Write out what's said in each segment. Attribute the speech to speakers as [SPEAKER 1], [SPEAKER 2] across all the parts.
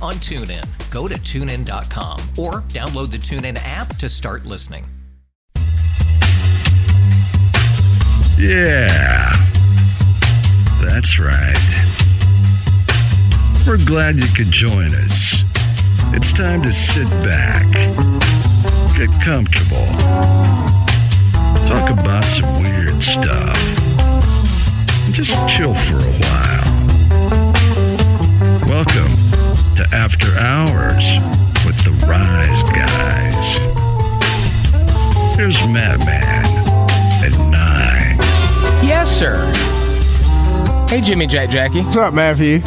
[SPEAKER 1] on TuneIn. Go to tunein.com or download the TuneIn app to start listening.
[SPEAKER 2] Yeah. That's right. We're glad you could join us. It's time to sit back, get comfortable, talk about some weird stuff, and just chill for a while. Welcome to After Hours with the Rise Guys. Here's Madman at 9.
[SPEAKER 3] Yes, sir. Hey, Jimmy Jack Jackie.
[SPEAKER 4] What's up, Matthew?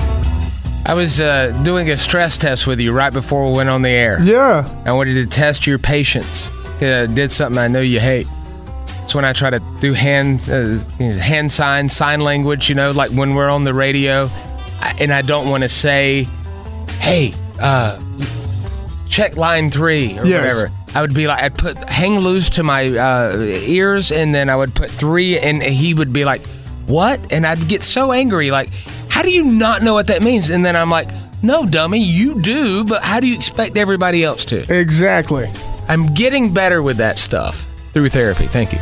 [SPEAKER 3] I was uh, doing a stress test with you right before we went on the air.
[SPEAKER 4] Yeah.
[SPEAKER 3] I wanted to test your patience. 'cause I did something I know you hate. It's when I try to do hand uh, you know, hand sign sign language. You know, like when we're on the radio, I, and I don't want to say, "Hey, uh, check line three or
[SPEAKER 4] Yes.
[SPEAKER 3] whatever." I would be like, I'd put hang loose to my uh, ears, and then I would put three, and he would be like, "What?" And I'd get so angry, like, "How do you not know what that means?" And then I'm like, "No, dummy, you do, but how do you expect everybody else to?"
[SPEAKER 4] Exactly.
[SPEAKER 3] I'm getting better with that stuff through therapy. Thank you.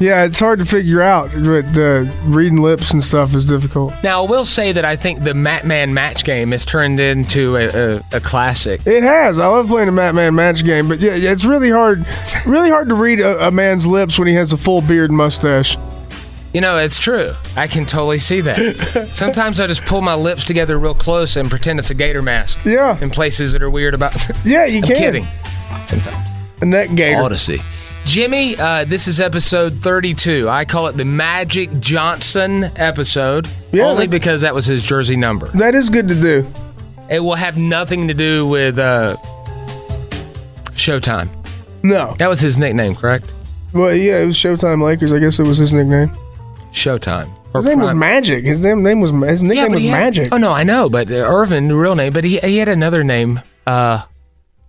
[SPEAKER 4] Yeah, it's hard to figure out, but the reading lips and stuff is difficult.
[SPEAKER 3] now, I will say that I think the Matman match game has turned into a, a, a classic.
[SPEAKER 4] It has. I love playing the Matman match game, but yeah, yeah, it's really hard, really hard to read a, a man's lips when he has a full beard and mustache.
[SPEAKER 3] You know, it's true. I can totally see that. Sometimes I just pull my lips together real close and pretend it's a gator mask.
[SPEAKER 4] Yeah.
[SPEAKER 3] In places that are weird about.
[SPEAKER 4] Yeah, you
[SPEAKER 3] I'm
[SPEAKER 4] can.
[SPEAKER 3] kidding. Sometimes.
[SPEAKER 4] A neck gator.
[SPEAKER 3] Odyssey. Jimmy, uh, this is episode 32. I call it the Magic Johnson episode,
[SPEAKER 4] Yeah,
[SPEAKER 3] only
[SPEAKER 4] that's-
[SPEAKER 3] because that was his jersey number.
[SPEAKER 4] That is good to do.
[SPEAKER 3] It will have nothing to do with uh, Showtime.
[SPEAKER 4] No.
[SPEAKER 3] That was his nickname, correct?
[SPEAKER 4] Well, yeah, it was Showtime Lakers. I guess it was his nickname.
[SPEAKER 3] Showtime. Or
[SPEAKER 4] His name was
[SPEAKER 3] Prime.
[SPEAKER 4] Magic. His name, name was his
[SPEAKER 3] Yeah,
[SPEAKER 4] nickname
[SPEAKER 3] but
[SPEAKER 4] was
[SPEAKER 3] he had-
[SPEAKER 4] Magic.
[SPEAKER 3] Oh no, I know, but uh, Irvin, the real name, but he he had another name. Uh,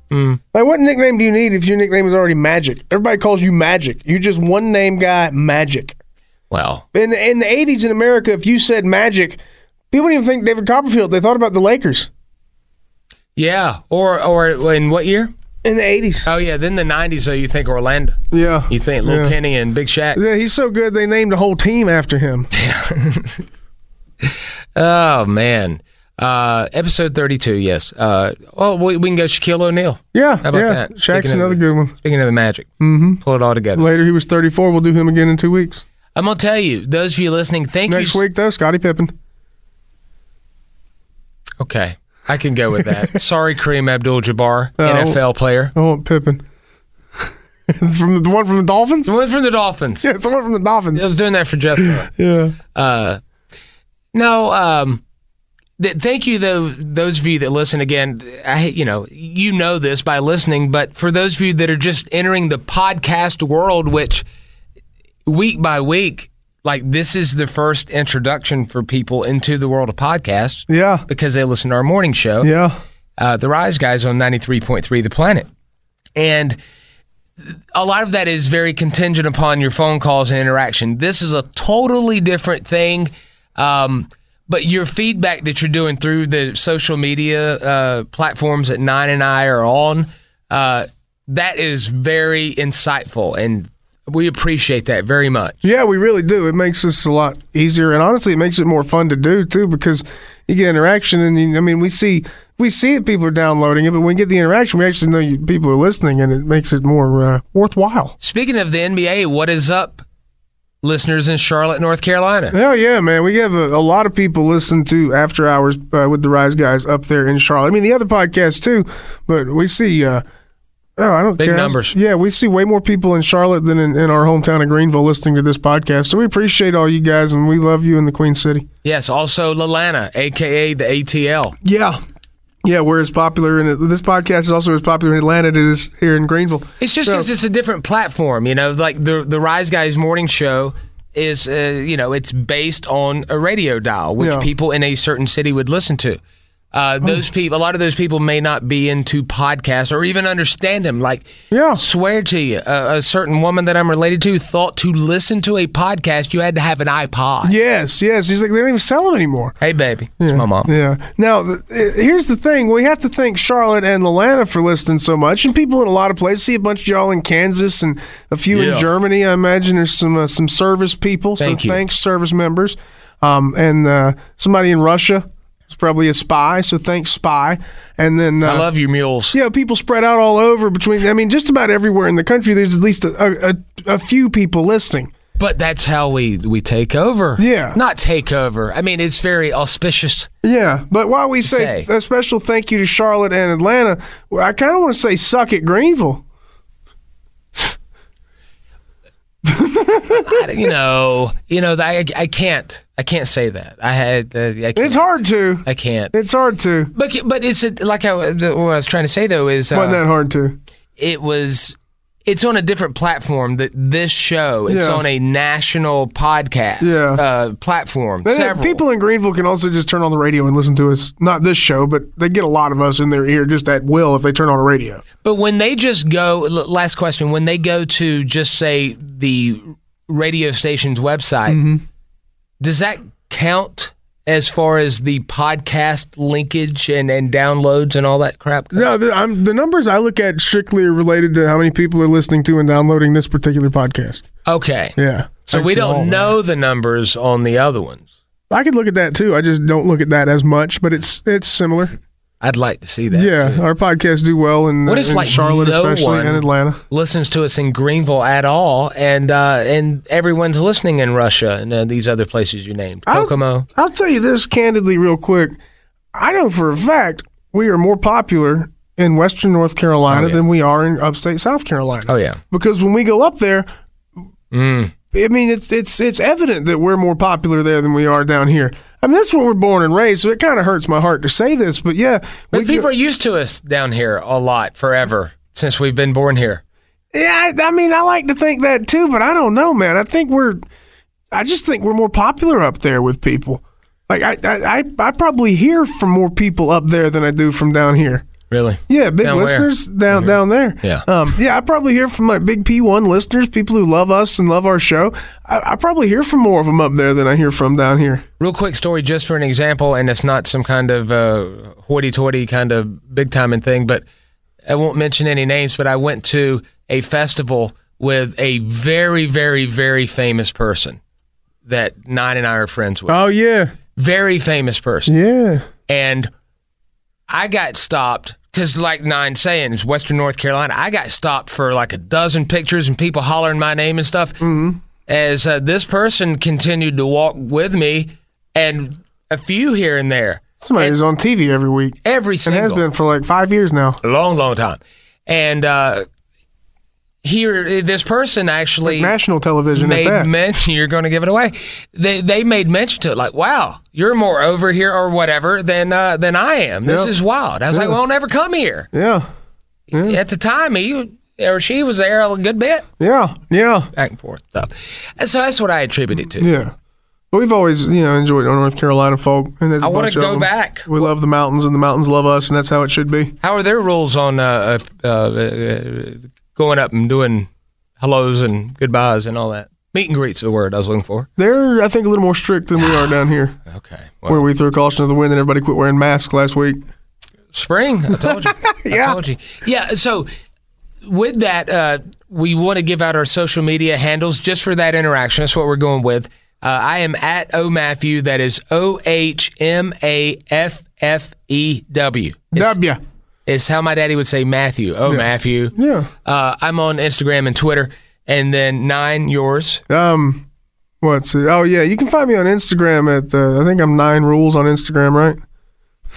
[SPEAKER 4] Like, what nickname do you need if your nickname is already Magic? Everybody calls you Magic. You're just one name guy, Magic.
[SPEAKER 3] well,
[SPEAKER 4] In in the eighties in America, if you said magic, people didn't even think David Copperfield. They thought about the Lakers
[SPEAKER 3] yeah, or or in what year?
[SPEAKER 4] in the eighties.
[SPEAKER 3] Oh yeah, then the '90s. though, you think Orlando,
[SPEAKER 4] Oh, Yeah,
[SPEAKER 3] you think Little Penny and Big Shaq.
[SPEAKER 4] Yeah, he's so good they named a whole team after him.
[SPEAKER 3] Oh man, uh, episode 32. Yes. Uh, oh, we, we can go Shaquille O'Neal.
[SPEAKER 4] Yeah,
[SPEAKER 3] How about
[SPEAKER 4] yeah.
[SPEAKER 3] that?
[SPEAKER 4] Shaq's
[SPEAKER 3] Speaking of-
[SPEAKER 4] another good one.
[SPEAKER 3] Speaking of the Magic, mm-hmm. pull it all together.
[SPEAKER 4] Later, he was thirty four. We'll do him again in two weeks.
[SPEAKER 3] I'm gonna tell you, those of you listening, thank
[SPEAKER 4] Next
[SPEAKER 3] you.
[SPEAKER 4] week though, Scottie Pippen.
[SPEAKER 3] Okay, I can go with that. Sorry, Kareem Abdul-Jabbar,
[SPEAKER 4] Oh.
[SPEAKER 3] NFL player.
[SPEAKER 4] I want Pippen from the, the one from the Dolphins.
[SPEAKER 3] The one from the Dolphins.
[SPEAKER 4] Yeah, it's the one from the
[SPEAKER 3] I
[SPEAKER 4] Dolphins.
[SPEAKER 3] was doing that for Jeff.
[SPEAKER 4] Yeah,
[SPEAKER 3] Uh, no, um, th- thank you though. Those of you that listen again, I you know you know this by listening, but for those of you that are just entering the podcast world, which week by week, like this is the first introduction for people into the world of podcasts
[SPEAKER 4] yeah,
[SPEAKER 3] because they listen to our morning show
[SPEAKER 4] yeah.
[SPEAKER 3] uh, the Rise Guys on 93.3 The Planet. And a lot of that is very contingent upon your phone calls and interaction. This is a totally different thing. Um, but your feedback that you're doing through the social media uh, platforms that Nine and I are on, uh, that is very insightful. And we appreciate that very much.
[SPEAKER 4] Yeah, we really do. It makes this a lot easier, and honestly, it makes it more fun to do too because you get interaction, and you, I mean, we see we see that people are downloading it, but when we get the interaction, we actually know you, people are listening, and it makes it more uh, worthwhile.
[SPEAKER 3] Speaking of the NBA, what is up, listeners in Charlotte, North Carolina?
[SPEAKER 4] Hell yeah, man! We have a, a lot of people listen to After Hours uh, with the Rise Guys up there in Charlotte. I mean, the other podcasts too, but we see. Uh, Oh, I don't
[SPEAKER 3] Big
[SPEAKER 4] care.
[SPEAKER 3] numbers.
[SPEAKER 4] Yeah, we see way more people in Charlotte than in, in our hometown of Greenville listening to this podcast. So we appreciate all you guys, and we love you in the Queen City.
[SPEAKER 3] Yes, also Lalana, aka the ATL.
[SPEAKER 4] Yeah. Yeah, we're as popular in this podcast is also as popular in Atlanta as it is here in Greenville.
[SPEAKER 3] It's just
[SPEAKER 4] So-
[SPEAKER 3] because it's a different platform, you know. Like the the Rise Guys morning show is, uh, you know, it's based on a radio dial, which
[SPEAKER 4] Yeah. Oh.
[SPEAKER 3] people in a certain city would listen to. Uh, those people, a lot of those people may not be into podcasts or even understand them. Like,
[SPEAKER 4] Yeah.
[SPEAKER 3] swear to you, a, a certain woman that I'm related to thought to listen to a podcast, you had to have an iPod.
[SPEAKER 4] Yes, yes. She's like they don't even sell them anymore.
[SPEAKER 3] Hey, baby, it's my mom.
[SPEAKER 4] Yeah. Now, th- eh, here's the thing: we have to thank Charlotte and Lalana for listening so much, and people in a lot of places. See a bunch of y'all in Kansas and a few
[SPEAKER 3] Yeah.
[SPEAKER 4] in Germany. I imagine there's some uh, some service people.
[SPEAKER 3] Thank
[SPEAKER 4] so
[SPEAKER 3] you.
[SPEAKER 4] thanks, service members, um, and uh, somebody in Russia is probably a spy. So thanks, spy. And then uh,
[SPEAKER 3] I love you, mules.
[SPEAKER 4] Yeah, people spread out all over between. I mean, just about everywhere in the country, there's at least a, a, a, a few people listening.
[SPEAKER 3] But that's how we we take over.
[SPEAKER 4] Yeah.
[SPEAKER 3] not take over. I mean, it's very auspicious.
[SPEAKER 4] Yeah, but while we
[SPEAKER 3] Say.
[SPEAKER 4] say, a special thank you to Charlotte and Atlanta, well, I kind of want to say suck at Greenville.
[SPEAKER 3] I- you know, you know, I, I can't, I can't say that. I had, uh, I can't,
[SPEAKER 4] It's hard to.
[SPEAKER 3] I can't.
[SPEAKER 4] It's hard to.
[SPEAKER 3] But but it's a, like I, was- what I was trying to say though is
[SPEAKER 4] Wasn't that
[SPEAKER 3] uh,
[SPEAKER 4] hard to?
[SPEAKER 3] it was it's on a different platform that this show it's
[SPEAKER 4] Yeah.
[SPEAKER 3] on a national podcast
[SPEAKER 4] Yeah.
[SPEAKER 3] uh, platform.
[SPEAKER 4] And
[SPEAKER 3] Several.
[SPEAKER 4] People in Greenville can also just turn on the radio and listen to us. Not this show, but they get a lot of us in their ear just at will if they turn on a radio.
[SPEAKER 3] But when they just go, l- last question, when they go to just say the radio station's website,
[SPEAKER 4] Mm-hmm.
[SPEAKER 3] does that count as far as the podcast linkage and, and downloads and all that crap?
[SPEAKER 4] No, the, I'm, the numbers I look at strictly are related to how many people are listening to and downloading this particular podcast.
[SPEAKER 3] Okay.
[SPEAKER 4] Yeah.
[SPEAKER 3] So we
[SPEAKER 4] Thanks to all of
[SPEAKER 3] don't
[SPEAKER 4] them.
[SPEAKER 3] know the numbers on the other ones.
[SPEAKER 4] I could look at that too. I just don't look at that as much, but it's it's similar.
[SPEAKER 3] I'd like to see that.
[SPEAKER 4] Yeah,
[SPEAKER 3] too.
[SPEAKER 4] our podcasts do well in,
[SPEAKER 3] What if
[SPEAKER 4] in
[SPEAKER 3] like
[SPEAKER 4] Charlotte,
[SPEAKER 3] no
[SPEAKER 4] especially,
[SPEAKER 3] one
[SPEAKER 4] and Atlanta.
[SPEAKER 3] listens to us in Greenville at all, and uh, and everyone's listening in Russia and uh, these other places you named,
[SPEAKER 4] I'll-
[SPEAKER 3] Kokomo.
[SPEAKER 4] I'll tell you this candidly, real quick. I know for a fact we are more popular in Western North Carolina than we are in upstate South Carolina.
[SPEAKER 3] Oh yeah, Mm.
[SPEAKER 4] because when we go up there, I mean it's it's it's evident that we're more popular there than we are down here. I mean that's where we're born and raised, so it kind of hurts my heart to say this, but yeah,
[SPEAKER 3] but
[SPEAKER 4] we
[SPEAKER 3] people
[SPEAKER 4] go-
[SPEAKER 3] are used to us down here a lot forever since we've been born here.
[SPEAKER 4] Yeah, I, I mean, I like to think that too, but I don't know, man. I think we're, I just think we're more popular up there with people. Like I, I, I, I probably hear from more people up there than I do from down here.
[SPEAKER 3] Really?
[SPEAKER 4] Yeah, big
[SPEAKER 3] Down where?
[SPEAKER 4] listeners down down there.
[SPEAKER 3] Yeah.
[SPEAKER 4] um, yeah. I probably hear from like big P one listeners, people who love us and love our show. I, I probably hear from more of them up there than I hear from down here.
[SPEAKER 3] Real quick story, just for an example, and it's not some kind of uh, hoity-toity kind of big timing thing, but I won't mention any names. But I went to a festival with a very, very, very famous person that Nine and I are friends with.
[SPEAKER 4] Oh yeah,
[SPEAKER 3] Very famous person,
[SPEAKER 4] yeah.
[SPEAKER 3] and I got stopped because, like Nine saying, it's Western North Carolina. I got stopped for like a dozen pictures and people hollering my name and stuff. Mm-hmm. As uh, this person continued to walk with me, and a few here and there,
[SPEAKER 4] Somebody who's on TV every week
[SPEAKER 3] every
[SPEAKER 4] and
[SPEAKER 3] single
[SPEAKER 4] has been for like five years now.
[SPEAKER 3] a long, long time, and uh, here this person actually
[SPEAKER 4] National television at
[SPEAKER 3] made
[SPEAKER 4] that.
[SPEAKER 3] mention you're going to give it away. They they made mention to it like, "Wow, you're more over here or whatever than uh, than I am. This
[SPEAKER 4] Yep.
[SPEAKER 3] is wild." I was like,
[SPEAKER 4] Yeah.
[SPEAKER 3] "Well, I'll never come here."
[SPEAKER 4] yeah,
[SPEAKER 3] At the time, he or she was there a good bit
[SPEAKER 4] yeah, yeah.
[SPEAKER 3] back and forth stuff, and so that's what I attribute it to.
[SPEAKER 4] Yeah. But We've always, you know, enjoyed our North Carolina folk, and there's a
[SPEAKER 3] I wanna
[SPEAKER 4] bunch of
[SPEAKER 3] go
[SPEAKER 4] them.
[SPEAKER 3] back.
[SPEAKER 4] We love the mountains, and the mountains love us, and that's how it should be.
[SPEAKER 3] How are their rules on uh, uh, uh, uh, going up and doing hellos and goodbyes and all that. Meet and greets the word I was looking for.
[SPEAKER 4] They're, I think, a little more strict than we are down here,
[SPEAKER 3] Okay.
[SPEAKER 4] where we threw caution to the wind and everybody quit wearing masks last week.
[SPEAKER 3] Spring. I told you. I told you. Yeah. So with that, uh, we want to give out our social media handles just for that interaction. That's what we're going with. Uh, I am at O Matthew. That is O H M A F F E W. It's-
[SPEAKER 4] W.
[SPEAKER 3] It's how my daddy would say Matthew. Oh, Matthew.
[SPEAKER 4] Yeah.
[SPEAKER 3] Uh, I'm on Instagram and Twitter. And then nine, yours.
[SPEAKER 4] Um, what's it? Oh yeah, you can find me on Instagram at uh, I think I'm Nine Rules on Instagram, right?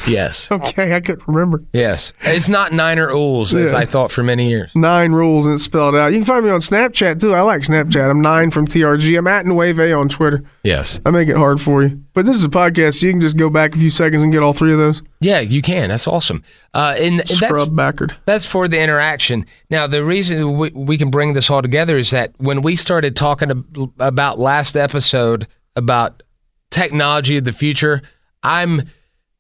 [SPEAKER 3] Yes.
[SPEAKER 4] Okay, I couldn't remember.
[SPEAKER 3] Yes. It's not nine or ools, as
[SPEAKER 4] Yeah.
[SPEAKER 3] I thought for many years.
[SPEAKER 4] Nine Rules and it's spelled out. You can find me on Snapchat too. I like Snapchat. I'm Nine from TRG. I'm at Nueve A on Twitter.
[SPEAKER 3] Yes.
[SPEAKER 4] I make it hard for you, but this is a podcast. So you can just go back a few seconds and get all three of those.
[SPEAKER 3] Yeah, you can. That's awesome. Uh, and and that's,
[SPEAKER 4] Scrub backard.
[SPEAKER 3] that's for the interaction. Now, the reason we, we can bring this all together is that when we started talking ab- about last episode about technology of the future, I'm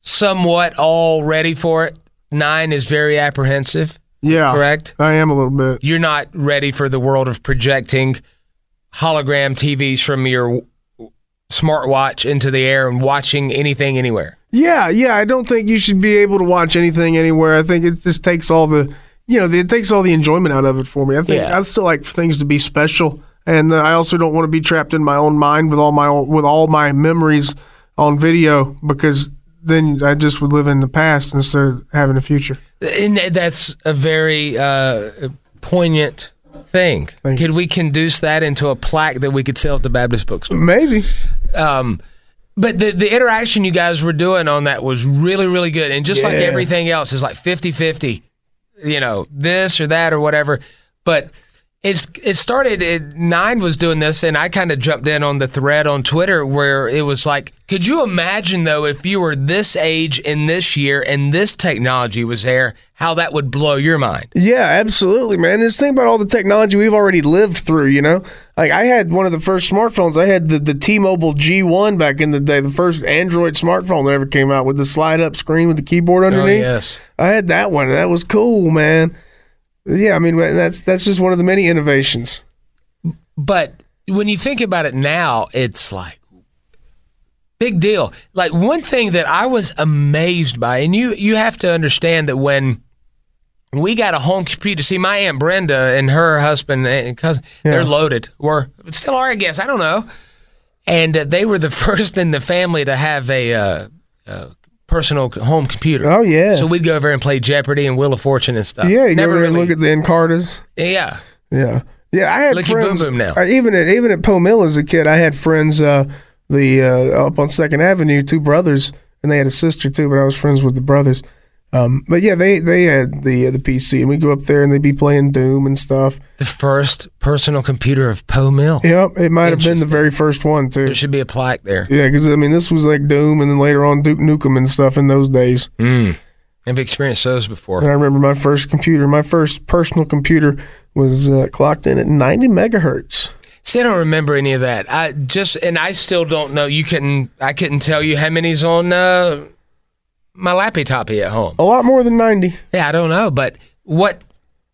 [SPEAKER 3] somewhat all ready for it. Nine is very apprehensive.
[SPEAKER 4] Yeah,
[SPEAKER 3] Correct.
[SPEAKER 4] I am a little bit.
[SPEAKER 3] you're not ready for the world of projecting hologram TVs from your w- smartwatch into the air and watching anything anywhere.
[SPEAKER 4] Yeah, yeah. I don't think you should be able to watch anything anywhere. I think it just takes all the, you know, it takes all the enjoyment out of it for me. I think
[SPEAKER 3] Yeah.
[SPEAKER 4] I still like for things to be special, and uh, I also don't want to be trapped in my own mind with all my own, with all my memories on video because then I just would live in the past instead of having a future.
[SPEAKER 3] And tha- that's a very uh, poignant thing.
[SPEAKER 4] Thank you.
[SPEAKER 3] could we conduce that into a plaque that we could sell at the Baptist bookstore?
[SPEAKER 4] Maybe.
[SPEAKER 3] Um, but the, the interaction you guys were doing on that was really, really good. And just like
[SPEAKER 4] Yeah.
[SPEAKER 3] everything else, it's like 50 50, you know, this or that or whatever. But it's it started, it, Nine was doing this, and I kind of jumped in on the thread on Twitter where it was like, could you imagine, though, if you were this age in this year and this technology was there, how that would blow your mind?
[SPEAKER 4] Yeah, absolutely, man. Just think about all the technology we've already lived through, you know? Like I had one of the first smartphones. I had the, the T Mobile G one back in the day, the first Android smartphone that ever came out with the slide up screen with the
[SPEAKER 3] Oh,
[SPEAKER 4] keyboard underneath.
[SPEAKER 3] yes.
[SPEAKER 4] I had that one. That was cool, man. Yeah, I mean that's that's just one of the many innovations.
[SPEAKER 3] But when you think about it now, it's like big deal. Like one thing that I was amazed by, and you you have to understand that when we got a home computer, see my aunt Brenda and her husband and cousin, they're loaded. Were still are, I guess. I don't know. And uh, they were the first in the family to have a. Uh, uh, Personal c- home computer.
[SPEAKER 4] Oh, yeah.
[SPEAKER 3] So we'd go over and play Jeopardy and Wheel of Fortune and stuff.
[SPEAKER 4] yeah, you
[SPEAKER 3] never
[SPEAKER 4] go there and
[SPEAKER 3] really.
[SPEAKER 4] look at the Encartas.
[SPEAKER 3] yeah,
[SPEAKER 4] Yeah, yeah. I had
[SPEAKER 3] Licky
[SPEAKER 4] friends.
[SPEAKER 3] Boom Boom now.
[SPEAKER 4] I- even at even at Poe Mill as a kid, I had friends. Uh, the uh, up on Second Avenue, two brothers, and they had a sister too. But I was friends with the brothers. Um, but yeah, they they had the uh, the PC, and we go up there and they'd be playing Doom and stuff.
[SPEAKER 3] the first personal computer of Poe Mill.
[SPEAKER 4] Yep, it might have been the very first one too.
[SPEAKER 3] There should be a plaque there.
[SPEAKER 4] Yeah, because I mean, this was like Doom, and then later on Duke Nukem and stuff in those days.
[SPEAKER 3] Hmm. I've experienced those
[SPEAKER 4] And
[SPEAKER 3] before.
[SPEAKER 4] I remember my first computer, my first personal computer was uh, clocked in at 90 megahertz.
[SPEAKER 3] See, I don't remember any of that. I just and I still don't know. You couldn't. I couldn't tell you how many's on uh, my lappy toppy at home.
[SPEAKER 4] A lot more than 90.
[SPEAKER 3] Yeah, I don't know. But what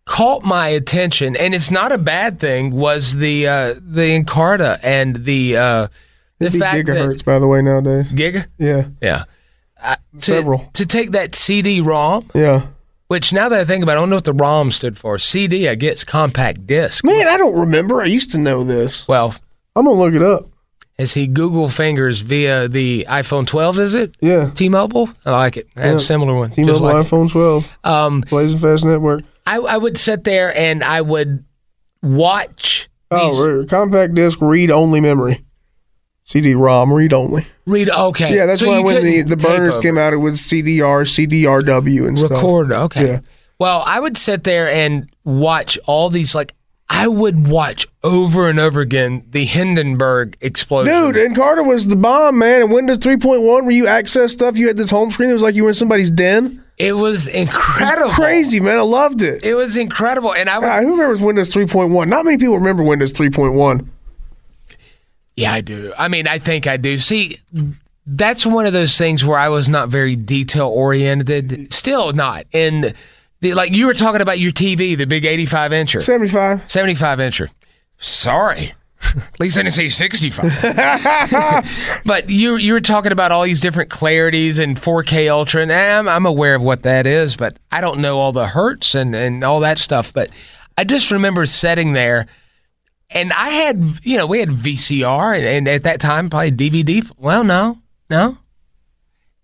[SPEAKER 3] caught my attention, and it's not a bad thing, was the uh, the Encarta and the uh, the
[SPEAKER 4] It'd be
[SPEAKER 3] fact
[SPEAKER 4] gigahertz, by the way, nowadays.
[SPEAKER 3] that giga.
[SPEAKER 4] Yeah.
[SPEAKER 3] Yeah. Uh, to,
[SPEAKER 4] Several.
[SPEAKER 3] to take that CD-ROM,
[SPEAKER 4] Yeah.
[SPEAKER 3] which now that I think about, it, I don't know what the ROM stood for. CD, I guess, compact disc.
[SPEAKER 4] Man, I don't remember. I used to know this.
[SPEAKER 3] Well,
[SPEAKER 4] I'm going to look it up.
[SPEAKER 3] Is he Google fingers via the iPhone 12? Is it
[SPEAKER 4] Yeah.
[SPEAKER 3] T-Mobile? I like it. I have a similar one.
[SPEAKER 4] T Mobile
[SPEAKER 3] just like it.
[SPEAKER 4] iPhone 12,
[SPEAKER 3] Um,
[SPEAKER 4] Blazing Fast Network.
[SPEAKER 3] I, I would sit there and I would watch these
[SPEAKER 4] Oh, right. compact disc read only memory. CD ROM, read only.
[SPEAKER 3] read. Okay,
[SPEAKER 4] Yeah, that's
[SPEAKER 3] So
[SPEAKER 4] why
[SPEAKER 3] you
[SPEAKER 4] when the,
[SPEAKER 3] couldn't
[SPEAKER 4] the
[SPEAKER 3] tape
[SPEAKER 4] burners
[SPEAKER 3] over.
[SPEAKER 4] came out, it was CDR, CDRW, and stuff.
[SPEAKER 3] record. Okay.
[SPEAKER 4] Yeah.
[SPEAKER 3] Well, I would sit there and watch all these. Like I would watch over and over again the Hindenburg explosion.
[SPEAKER 4] Dude, and Carter was the bomb, man. And Windows 3.1, where you access stuff, you had this home screen. It was like you were in somebody's den.
[SPEAKER 3] it was
[SPEAKER 4] That's
[SPEAKER 3] incredible.
[SPEAKER 4] crazy, man. I loved it.
[SPEAKER 3] It was incredible, and I would.
[SPEAKER 4] God, who remembers Windows 3.1? Not many people remember Windows 3.1.
[SPEAKER 3] Yeah, I do. I mean, I think I do. See, that's one of those things where I was not very detail oriented. Still not. And the, like you were talking about your TV, the big 85 incher,
[SPEAKER 4] 75.
[SPEAKER 3] 75 incher. Sorry. At least I didn't say 65. but you you were talking about all these different clarities and 4K Ultra, and eh, I'm, I'm aware of what that is, but I don't know all the hertz and, and all that stuff. But I just remember sitting there, and I had, you know, we had VCR, and, and at that time, probably DVD. Well, no, no.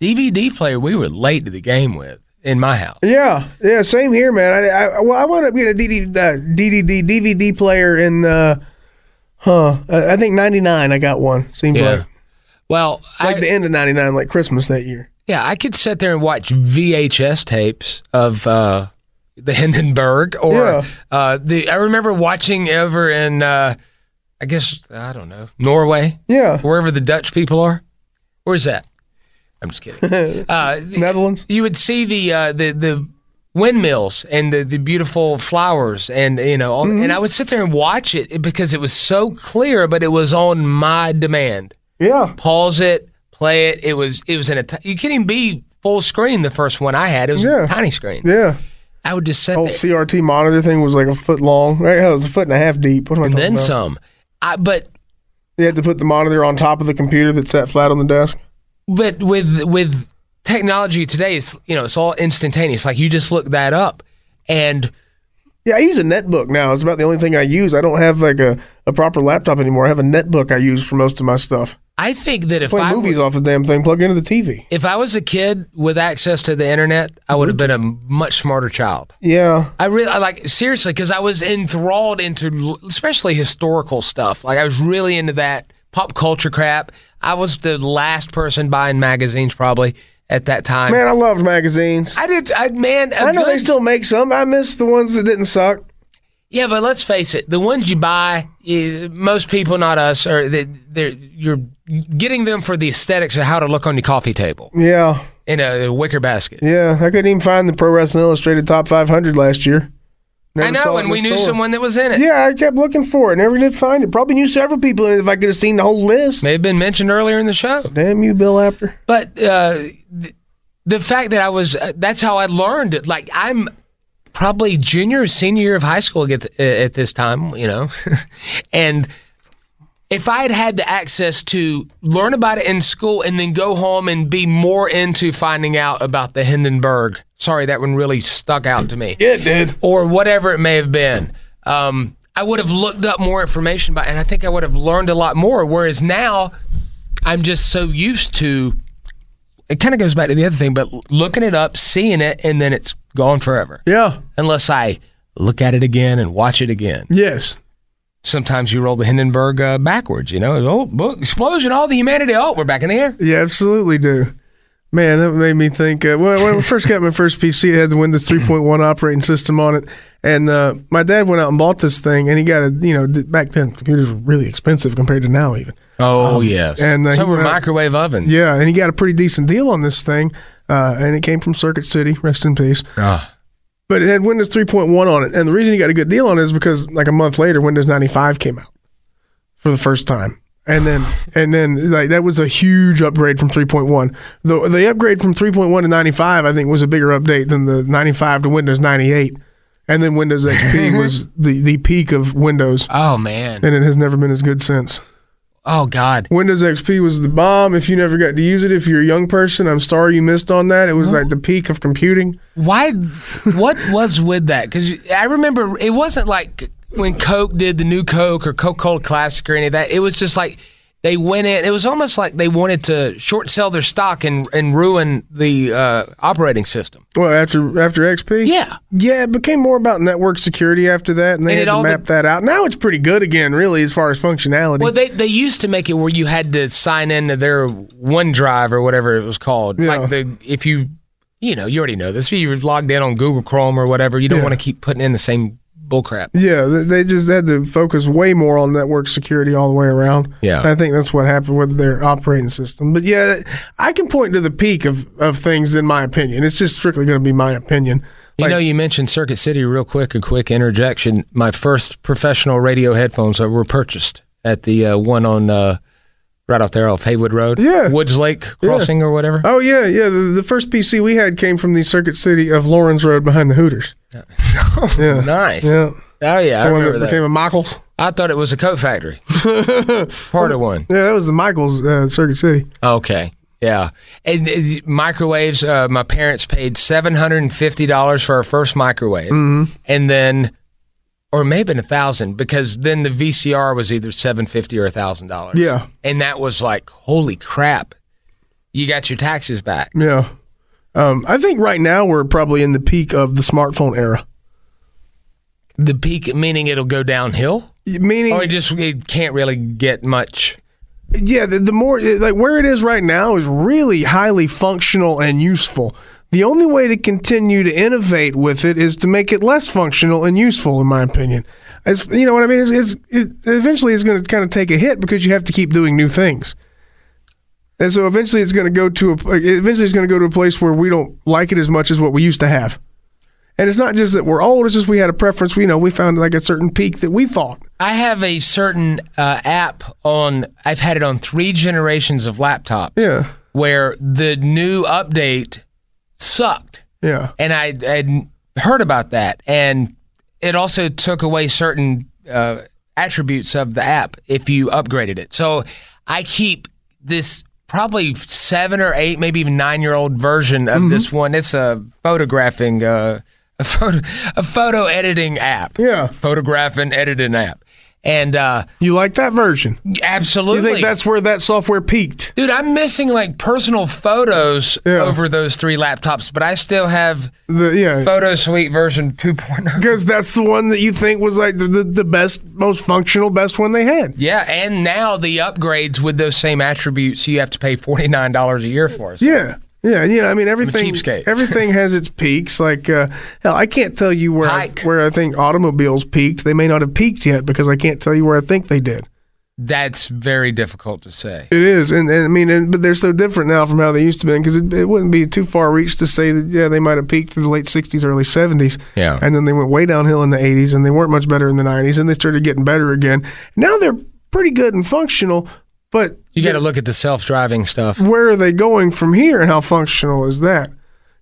[SPEAKER 3] DVD player, we were late to the game with in my house.
[SPEAKER 4] Yeah, yeah, same here, man. I, I well, I wound up getting a DD, uh, DDD, DVD player in, uh, huh? I I think '99. I got one. Seems like
[SPEAKER 3] Well,
[SPEAKER 4] like
[SPEAKER 3] I,
[SPEAKER 4] the end of '99, like Christmas that year.
[SPEAKER 3] yeah, I could sit there and watch VHS tapes of uh, the Hindenburg, or
[SPEAKER 4] Yeah.
[SPEAKER 3] uh, the. I remember watching over in, uh, I guess I don't know Norway,
[SPEAKER 4] Yeah,
[SPEAKER 3] wherever the Dutch people are. Where's that? I'm just kidding. uh,
[SPEAKER 4] Netherlands.
[SPEAKER 3] you would see the uh, the the windmills and the, the beautiful flowers and you know all,
[SPEAKER 4] Mm-hmm.
[SPEAKER 3] and I would sit there and watch it because it was so clear but it was on my demand
[SPEAKER 4] Yeah,
[SPEAKER 3] pause it, play it. It was it was in a t- you can't even be full screen. The first one I had it was
[SPEAKER 4] Yeah.
[SPEAKER 3] a tiny screen.
[SPEAKER 4] yeah. Oh,
[SPEAKER 3] I would just sit
[SPEAKER 4] Whole
[SPEAKER 3] there
[SPEAKER 4] CRT monitor thing was like a foot long. Right, it was a foot and a half deep. What am I
[SPEAKER 3] and
[SPEAKER 4] talking
[SPEAKER 3] then
[SPEAKER 4] about?
[SPEAKER 3] some. I, but
[SPEAKER 4] You had to put the monitor on top of the computer that sat flat on the desk.
[SPEAKER 3] but with with technology today, it's you know it's all instantaneous. Like you just look that up, and
[SPEAKER 4] Yeah, I use a netbook now. It's about the only thing I use. I don't have like a, a proper laptop anymore. I have a netbook I use for most of my stuff.
[SPEAKER 3] I think that if
[SPEAKER 4] Play
[SPEAKER 3] I were-
[SPEAKER 4] movies off the damn thing, plug into the TV.
[SPEAKER 3] if I was a kid with access to the internet, I would have
[SPEAKER 4] Mm-hmm.
[SPEAKER 3] been a much smarter child.
[SPEAKER 4] Yeah.
[SPEAKER 3] I really I like seriously because I was enthralled into l- especially historical stuff. Like I was really into that pop culture crap. I was the last person buying magazines probably at that time.
[SPEAKER 4] Man, I loved magazines.
[SPEAKER 3] I did. I man, a
[SPEAKER 4] I know they
[SPEAKER 3] good-
[SPEAKER 4] still make some. I miss the ones that didn't suck.
[SPEAKER 3] Yeah, but let's face it, the ones you buy, eh, most people, not us, are they, they're you're getting them for the aesthetics of how to look on your coffee table
[SPEAKER 4] Yeah.
[SPEAKER 3] in a wicker basket.
[SPEAKER 4] Yeah. I couldn't even find the Pro Wrestling Illustrated Top 500 last year. Never
[SPEAKER 3] I
[SPEAKER 4] saw
[SPEAKER 3] know,
[SPEAKER 4] it
[SPEAKER 3] and
[SPEAKER 4] in
[SPEAKER 3] we
[SPEAKER 4] the
[SPEAKER 3] knew
[SPEAKER 4] store.
[SPEAKER 3] someone that was in it.
[SPEAKER 4] Yeah, I kept looking for it. Never did find it. Probably knew several people in it if I could have seen the whole list.
[SPEAKER 3] may have been mentioned earlier in the show.
[SPEAKER 4] Damn you, Bill After.
[SPEAKER 3] But uh, th- the fact that I was, uh, that's how I learned. it. Like, I'm probably junior or senior year of high school at, th- uh, at this time, you know. and if I had had the access to learn about it in school and then go home and be more into finding out about the Hindenburg, sorry, that one really stuck out to me,
[SPEAKER 4] It did.
[SPEAKER 3] or whatever it may have been. Um, I would have looked up more information about, and I think I would have learned a lot more. Whereas now, I'm just so used to it kind of goes back to the other thing, but l- looking it up, seeing it, and then it's gone forever.
[SPEAKER 4] Yeah.
[SPEAKER 3] Unless I look at it again and watch it again.
[SPEAKER 4] Yes.
[SPEAKER 3] Sometimes you roll the Hindenburg uh, backwards, you know. Oh, book, explosion, all the humanity. Oh, we're back in the air.
[SPEAKER 4] Yeah, absolutely do. Man, that made me think. Uh, when, when I first got my first PC, it had the Windows 3.1 operating system on it, and uh, my dad went out and bought this thing, and he got a you know th- back then computers were really expensive compared to now even.
[SPEAKER 3] Oh, yes. And
[SPEAKER 4] and, uh,
[SPEAKER 3] so
[SPEAKER 4] he
[SPEAKER 3] were
[SPEAKER 4] went out-
[SPEAKER 3] microwave ovens.
[SPEAKER 4] Yeah, and he got a pretty decent deal on this thing, uh, and it came from Circuit City, rest in peace.
[SPEAKER 3] Ah.
[SPEAKER 4] But it had Windows 3.1 on it, and the reason he got a good deal on it is because like a month later, Windows 95 came out for the first time. And then, and then, like that was a huge upgrade from 3.1. The the upgrade from 3.1 to 95, I think, was a bigger update than the 95 to Windows 98. And then Windows XP was the, the peak of Windows,
[SPEAKER 3] Oh man.
[SPEAKER 4] and it has never been as good since.
[SPEAKER 3] Oh God.
[SPEAKER 4] Windows XP was the bomb. If you never got to use it, if you're a young person, I'm sorry you missed on that. It was
[SPEAKER 3] Uh-huh.
[SPEAKER 4] like the peak of computing.
[SPEAKER 3] Why? What was with that? Because I remember it wasn't like when Coke did the new Coke or Coca Cola Classic or any of that. It was just like they went in. It was almost like they wanted to short sell their stock and and ruin the uh, operating system.
[SPEAKER 4] Well, after after XP,
[SPEAKER 3] Yeah.
[SPEAKER 4] yeah, it became more about network security after that, and they
[SPEAKER 3] And it
[SPEAKER 4] had to
[SPEAKER 3] all
[SPEAKER 4] map
[SPEAKER 3] be-
[SPEAKER 4] that out. Now it's pretty good again, really, as far as functionality.
[SPEAKER 3] Well, they they used to make it where you had to sign into their OneDrive or whatever it was called.
[SPEAKER 4] Yeah.
[SPEAKER 3] Like the if you you know you already know this. If you were logged in on Google Chrome or whatever, you don't want to keep putting in the same bullcrap.
[SPEAKER 4] Yeah, th- they just had to focus way more on network security all the way around.
[SPEAKER 3] Yeah.
[SPEAKER 4] I think that's what happened with their operating system. But yeah, I can point to the peak of, of things, in my opinion. It's just strictly going to be my opinion.
[SPEAKER 3] You know, you mentioned Circuit City real quick. A quick interjection. My first professional radio headphones uh, were purchased at the uh, one on uh, right off there off Haywood Road.
[SPEAKER 4] Yeah.
[SPEAKER 3] Woods Lake Crossing or whatever.
[SPEAKER 4] Oh yeah, yeah. The, the first PC we had came from the Circuit City of Lawrence Road behind the Hooters. yeah.
[SPEAKER 3] Nice.
[SPEAKER 4] Yeah.
[SPEAKER 3] Oh yeah, I
[SPEAKER 4] The one
[SPEAKER 3] remember
[SPEAKER 4] that
[SPEAKER 3] that.
[SPEAKER 4] became a Michaels.
[SPEAKER 3] I thought it was a coat factory, part of one.
[SPEAKER 4] Yeah, that was the Michaels uh, Circuit City.
[SPEAKER 3] Okay. Yeah. And uh, microwaves, uh, my parents paid $750 for our first microwave.
[SPEAKER 4] Mm-hmm.
[SPEAKER 3] And then, or maybe a thousand because then the VCR was either 750 or $1,000.
[SPEAKER 4] Yeah.
[SPEAKER 3] And that was like, holy crap, you got your taxes back.
[SPEAKER 4] Yeah. Um, I think right now we're probably in the peak of the smartphone era.
[SPEAKER 3] The peak, meaning it'll go downhill?
[SPEAKER 4] Meaning,
[SPEAKER 3] Or it just it can't really get much.
[SPEAKER 4] yeah, the, the more eh, like where it is right now is really highly functional and useful. The only way to continue to innovate with it is to make it less functional and useful, in my opinion. It's, you know what I mean? It's, it's, it, eventually, it's going to kind of take a hit because you have to keep doing new things. And so eventually, it's going to go to a eventually it's going to go to a place where we don't like it as much as what we used to have. And it's not just that we're old; it's just we had a preference. We you know we found like a certain peak that we thought
[SPEAKER 3] I have a certain uh, app on. I've had it on three generations of laptops.
[SPEAKER 4] Yeah.
[SPEAKER 3] Where the new update sucked,
[SPEAKER 4] Yeah.
[SPEAKER 3] and I had heard about that, and it also took away certain uh, attributes of the app if you upgraded it. So I keep this probably seven or eight, maybe even nine year old version
[SPEAKER 4] Mm-hmm.
[SPEAKER 3] of this one. It's a photographing. Uh, a photo, a photo editing app.
[SPEAKER 4] Yeah.
[SPEAKER 3] Photograph and editing app. And uh,
[SPEAKER 4] You like that version? You
[SPEAKER 3] absolutely.
[SPEAKER 4] think that's where that software peaked?
[SPEAKER 3] Dude, I'm missing like personal photos
[SPEAKER 4] Yeah.
[SPEAKER 3] over those three laptops, but I still have
[SPEAKER 4] The, yeah,
[SPEAKER 3] Photo Suite version oh. 2.0.
[SPEAKER 4] Uh, because that's the one that you think was like the, the, the best, most functional, best one they had.
[SPEAKER 3] Yeah, and now the upgrades with those same attributes, you have to pay $49 a year for. So
[SPEAKER 4] Yeah, yeah, and, you know, I mean, everything,
[SPEAKER 3] cheapskate.
[SPEAKER 4] everything has its peaks. Like, uh, hell, I can't tell you where I,
[SPEAKER 3] Hike.
[SPEAKER 4] where I think automobiles peaked. They may not have peaked yet because I can't tell you where I think they did.
[SPEAKER 3] That's very difficult to say.
[SPEAKER 4] It is, and, and I mean, and, but they're so different now from how they used to be because it, it wouldn't be too far reach to say that yeah they might have peaked in the late '60s, early '70s,
[SPEAKER 3] Yeah.
[SPEAKER 4] and then they went way downhill in the '80s, and they weren't much better in the '90s, and they started getting better again. Now they're pretty good and functional, but
[SPEAKER 3] You got to look at the self driving stuff.
[SPEAKER 4] where are they going from here, and how functional is that?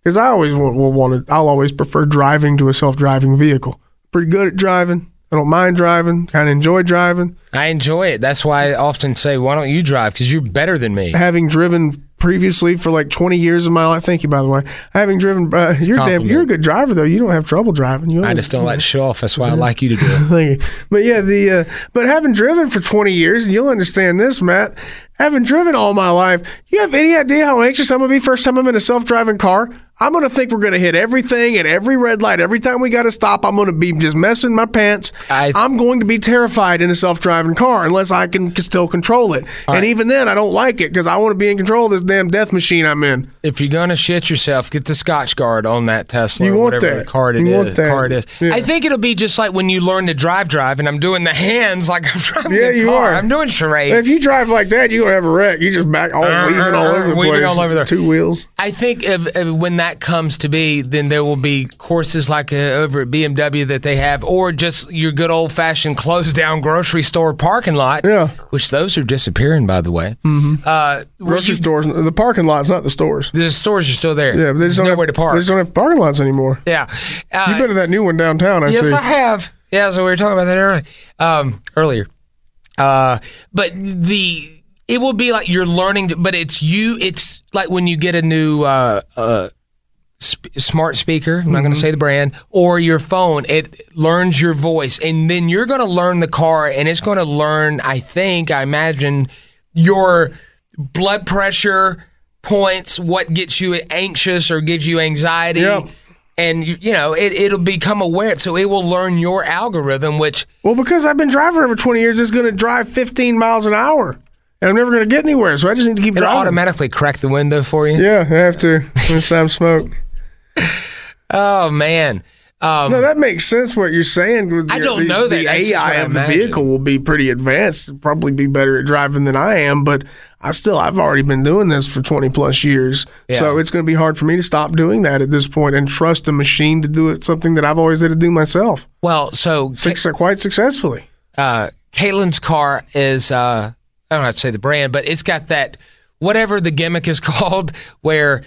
[SPEAKER 4] Because I always will, will want to, I'll always prefer driving to a self-driving vehicle. Pretty good at driving. I don't mind driving. Kind of enjoy driving.
[SPEAKER 3] I enjoy it. That's why I often say, why don't you drive? Because you're better than me.
[SPEAKER 4] having driven previously for like 20 years of my life. Thank you, by the way. Having driven, uh, you're damn,
[SPEAKER 3] Compliment.
[SPEAKER 4] you're a good driver though. You don't have trouble driving. You
[SPEAKER 3] I
[SPEAKER 4] always-
[SPEAKER 3] just don't like to show off. That's why I like you to do it.
[SPEAKER 4] Thank you. But yeah, the uh, but having driven for 20 years, and you'll understand this, Matt. Having driven all my life, you have any idea how anxious I'm gonna be first time I'm in a self-driving car? I'm gonna think we're gonna hit everything at every red light. Every time we gotta stop, I'm gonna be just messing my pants.
[SPEAKER 3] I-
[SPEAKER 4] I'm going to be terrified in a self-driving car unless I can c- still control it. And even then, I don't like it because I want to be in control of this damn death machine I'm in.
[SPEAKER 3] if you're gonna shit yourself, get the Scotch Guard on that Tesla,
[SPEAKER 4] You
[SPEAKER 3] or
[SPEAKER 4] want
[SPEAKER 3] whatever
[SPEAKER 4] that.
[SPEAKER 3] the card it
[SPEAKER 4] You want
[SPEAKER 3] is-
[SPEAKER 4] that.
[SPEAKER 3] car it is.
[SPEAKER 4] Yeah.
[SPEAKER 3] I think it'll be just like when you learn to drive, drive, and I'm doing the hands like I'm driving
[SPEAKER 4] Yeah,
[SPEAKER 3] a
[SPEAKER 4] you
[SPEAKER 3] car.
[SPEAKER 4] are.
[SPEAKER 3] I'm doing charades.
[SPEAKER 4] If you drive like that, you're gonna have a wreck. You just back all
[SPEAKER 3] Uh,
[SPEAKER 4] weaving all over the
[SPEAKER 3] weaving
[SPEAKER 4] place.
[SPEAKER 3] all over there.
[SPEAKER 4] Two wheels.
[SPEAKER 3] I think if, if- when that comes to be, then there will be courses like uh, over at BMW that they have, or just your good old fashioned closed down grocery store parking lot.
[SPEAKER 4] Yeah. Hmm.
[SPEAKER 3] which those are disappearing, by the way. Mm-hmm. Uh, where
[SPEAKER 4] grocery
[SPEAKER 3] you-
[SPEAKER 4] stores. The parking lot's not the stores.
[SPEAKER 3] The stores are still there.
[SPEAKER 4] Yeah, but they
[SPEAKER 3] There's
[SPEAKER 4] just don't
[SPEAKER 3] nowhere
[SPEAKER 4] have,
[SPEAKER 3] to park.
[SPEAKER 4] They just don't have parking lots anymore.
[SPEAKER 3] yeah, uh,
[SPEAKER 4] You've been to that new one downtown. I
[SPEAKER 3] Yes,
[SPEAKER 4] see.
[SPEAKER 3] I have. Yeah, so we were talking about that earlier. Um, earlier, uh, but the it will be like you're learning, to, but it's you. It's like when you get a new uh, uh, sp- smart speaker. I'm not
[SPEAKER 4] Mm-hmm.
[SPEAKER 3] going to say the brand or your phone. It learns your voice, and then you're going to learn the car, and it's going to learn. I think, I imagine your blood pressure points, what gets you anxious or gives you anxiety
[SPEAKER 4] Yep.
[SPEAKER 3] and you, you know it, it'll become aware so it will learn your algorithm which
[SPEAKER 4] well, because I've been driving over 20 years, it's going to drive 15 miles an hour, and I'm never going to get anywhere. So I just need to keep
[SPEAKER 3] it'll
[SPEAKER 4] driving.
[SPEAKER 3] automatically crack the window for you
[SPEAKER 4] Yeah, I have to. Next time smoke.
[SPEAKER 3] oh man um,
[SPEAKER 4] No, that makes sense. What you're saying. With
[SPEAKER 3] I
[SPEAKER 4] your-
[SPEAKER 3] don't
[SPEAKER 4] the,
[SPEAKER 3] know that.
[SPEAKER 4] The
[SPEAKER 3] That's just
[SPEAKER 4] AI
[SPEAKER 3] what I
[SPEAKER 4] of the
[SPEAKER 3] imagine.
[SPEAKER 4] vehicle will be pretty advanced. It'll Probably be better at driving than I am, but I still I've already been doing this for 20 plus years. So
[SPEAKER 3] Yeah.
[SPEAKER 4] it's going to be hard for me to stop doing that at this point and trust a machine to do it. Something that I've always had to do myself.
[SPEAKER 3] well so
[SPEAKER 4] Six, quite successfully.
[SPEAKER 3] uh, caitlin's car is uh, I don't have to say the brand, but it's got that whatever the gimmick is called, where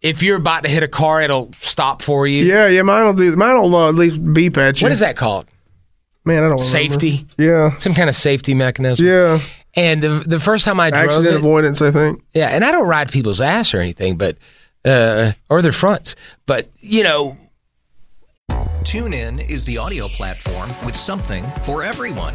[SPEAKER 3] if you're about to hit a car, it'll stop for you.
[SPEAKER 4] Yeah, yeah, mine will do. Mine will uh, at least beep at you.
[SPEAKER 3] What is that called?
[SPEAKER 4] Man, I don't remember.
[SPEAKER 3] Safety.
[SPEAKER 4] Yeah,
[SPEAKER 3] Some kind of safety mechanism.
[SPEAKER 4] yeah.
[SPEAKER 3] And the, the first time I drove
[SPEAKER 4] Accident
[SPEAKER 3] it,
[SPEAKER 4] avoidance, I think.
[SPEAKER 3] Yeah, and I don't ride people's ass or anything, but uh, or their fronts. But you know,
[SPEAKER 1] TuneIn is the audio platform with something for everyone.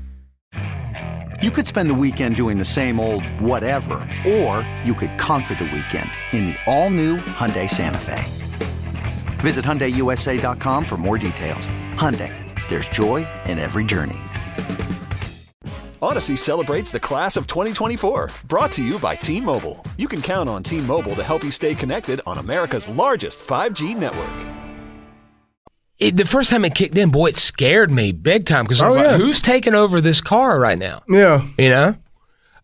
[SPEAKER 5] You could spend the weekend doing the same old whatever, or you could conquer the weekend in the all-new Hyundai Santa Fe. Visit HyundaiUSA.com for more details. Hyundai, there's joy in every journey.
[SPEAKER 6] Odyssey celebrates the class of 2024. Brought to you by T Mobile. You can count on T Mobile to help you stay connected on America's largest 5G network.
[SPEAKER 3] it, the first time it kicked in, boy, it scared me big time because I was
[SPEAKER 4] Oh,
[SPEAKER 3] like,
[SPEAKER 4] yeah.
[SPEAKER 3] "Who's taking over this car right now?"
[SPEAKER 4] Yeah,
[SPEAKER 3] You know,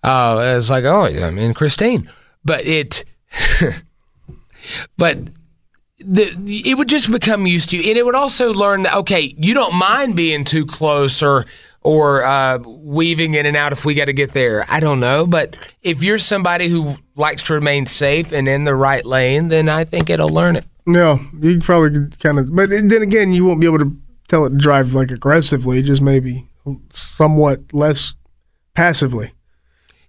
[SPEAKER 3] uh, I was like, "Oh, I mean, Christine," but it, but the it would just become used to you, and it would also learn that okay, you don't mind being too close or or uh, weaving in and out if we got to get there. I don't know, but if you're somebody who likes to remain safe and in the right lane, then I think it'll learn it.
[SPEAKER 4] no, you probably could kind of, but then again, you won't be able to tell it to drive like aggressively. Just maybe somewhat less passively.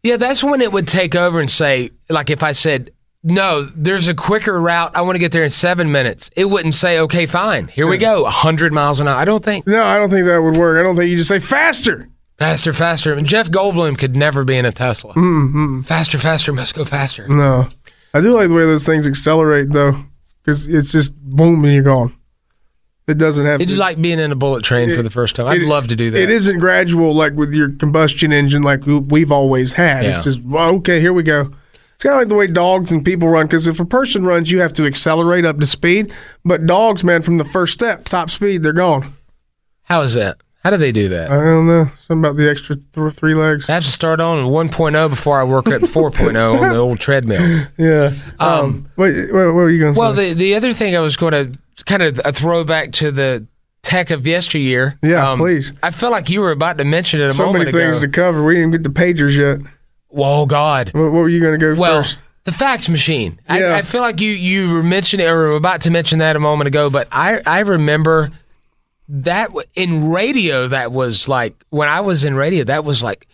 [SPEAKER 3] Yeah, that's when it would take over and say, like, if I said, no, there's a quicker route. I want to get there in seven minutes. It wouldn't say, okay, fine. Here we go. 100 miles an hour. I don't think.
[SPEAKER 4] No, I don't think that would work. I don't think you just say faster.
[SPEAKER 3] Faster, faster. And Jeff Goldblum could never be in a Tesla. Mm-hmm. Faster, faster, must go faster.
[SPEAKER 4] No, I do like the way those things accelerate though, because it's just boom and you're gone. It doesn't have.
[SPEAKER 3] It'd
[SPEAKER 4] to,
[SPEAKER 3] be like being in a bullet train for the first time. I'd
[SPEAKER 4] It-
[SPEAKER 3] love to do that.
[SPEAKER 4] It isn't gradual like with your combustion engine, like we- we've always had.
[SPEAKER 3] Yeah.
[SPEAKER 4] It's just well, okay, here we go. It's kind of like the way dogs and people run, because if a person runs, you have to accelerate up to speed. But dogs, man, from the first step, top speed, they're gone.
[SPEAKER 3] How is that? How do they do that?
[SPEAKER 4] I don't know. Something about the extra th- three legs.
[SPEAKER 3] I have to start on 1.0 before I work at 4.0 on the old treadmill.
[SPEAKER 4] Yeah. Um. wait, wait, what were you going to
[SPEAKER 3] Well,
[SPEAKER 4] say?
[SPEAKER 3] the the other thing I was going to kind of a throwback to the tech of yesteryear. Um,
[SPEAKER 4] Yeah, please.
[SPEAKER 3] I felt like you were about to mention it a
[SPEAKER 4] so
[SPEAKER 3] moment
[SPEAKER 4] many things
[SPEAKER 3] ago.
[SPEAKER 4] to cover. We didn't get the pagers yet.
[SPEAKER 3] Whoa, God.
[SPEAKER 4] What, what were you going to go
[SPEAKER 3] Well,
[SPEAKER 4] first?
[SPEAKER 3] the fax machine.
[SPEAKER 4] Yeah.
[SPEAKER 3] I, I feel like you you were mentioning or were about to mention that a moment ago, but I I remember that w- in radio that was like when I was in radio that was like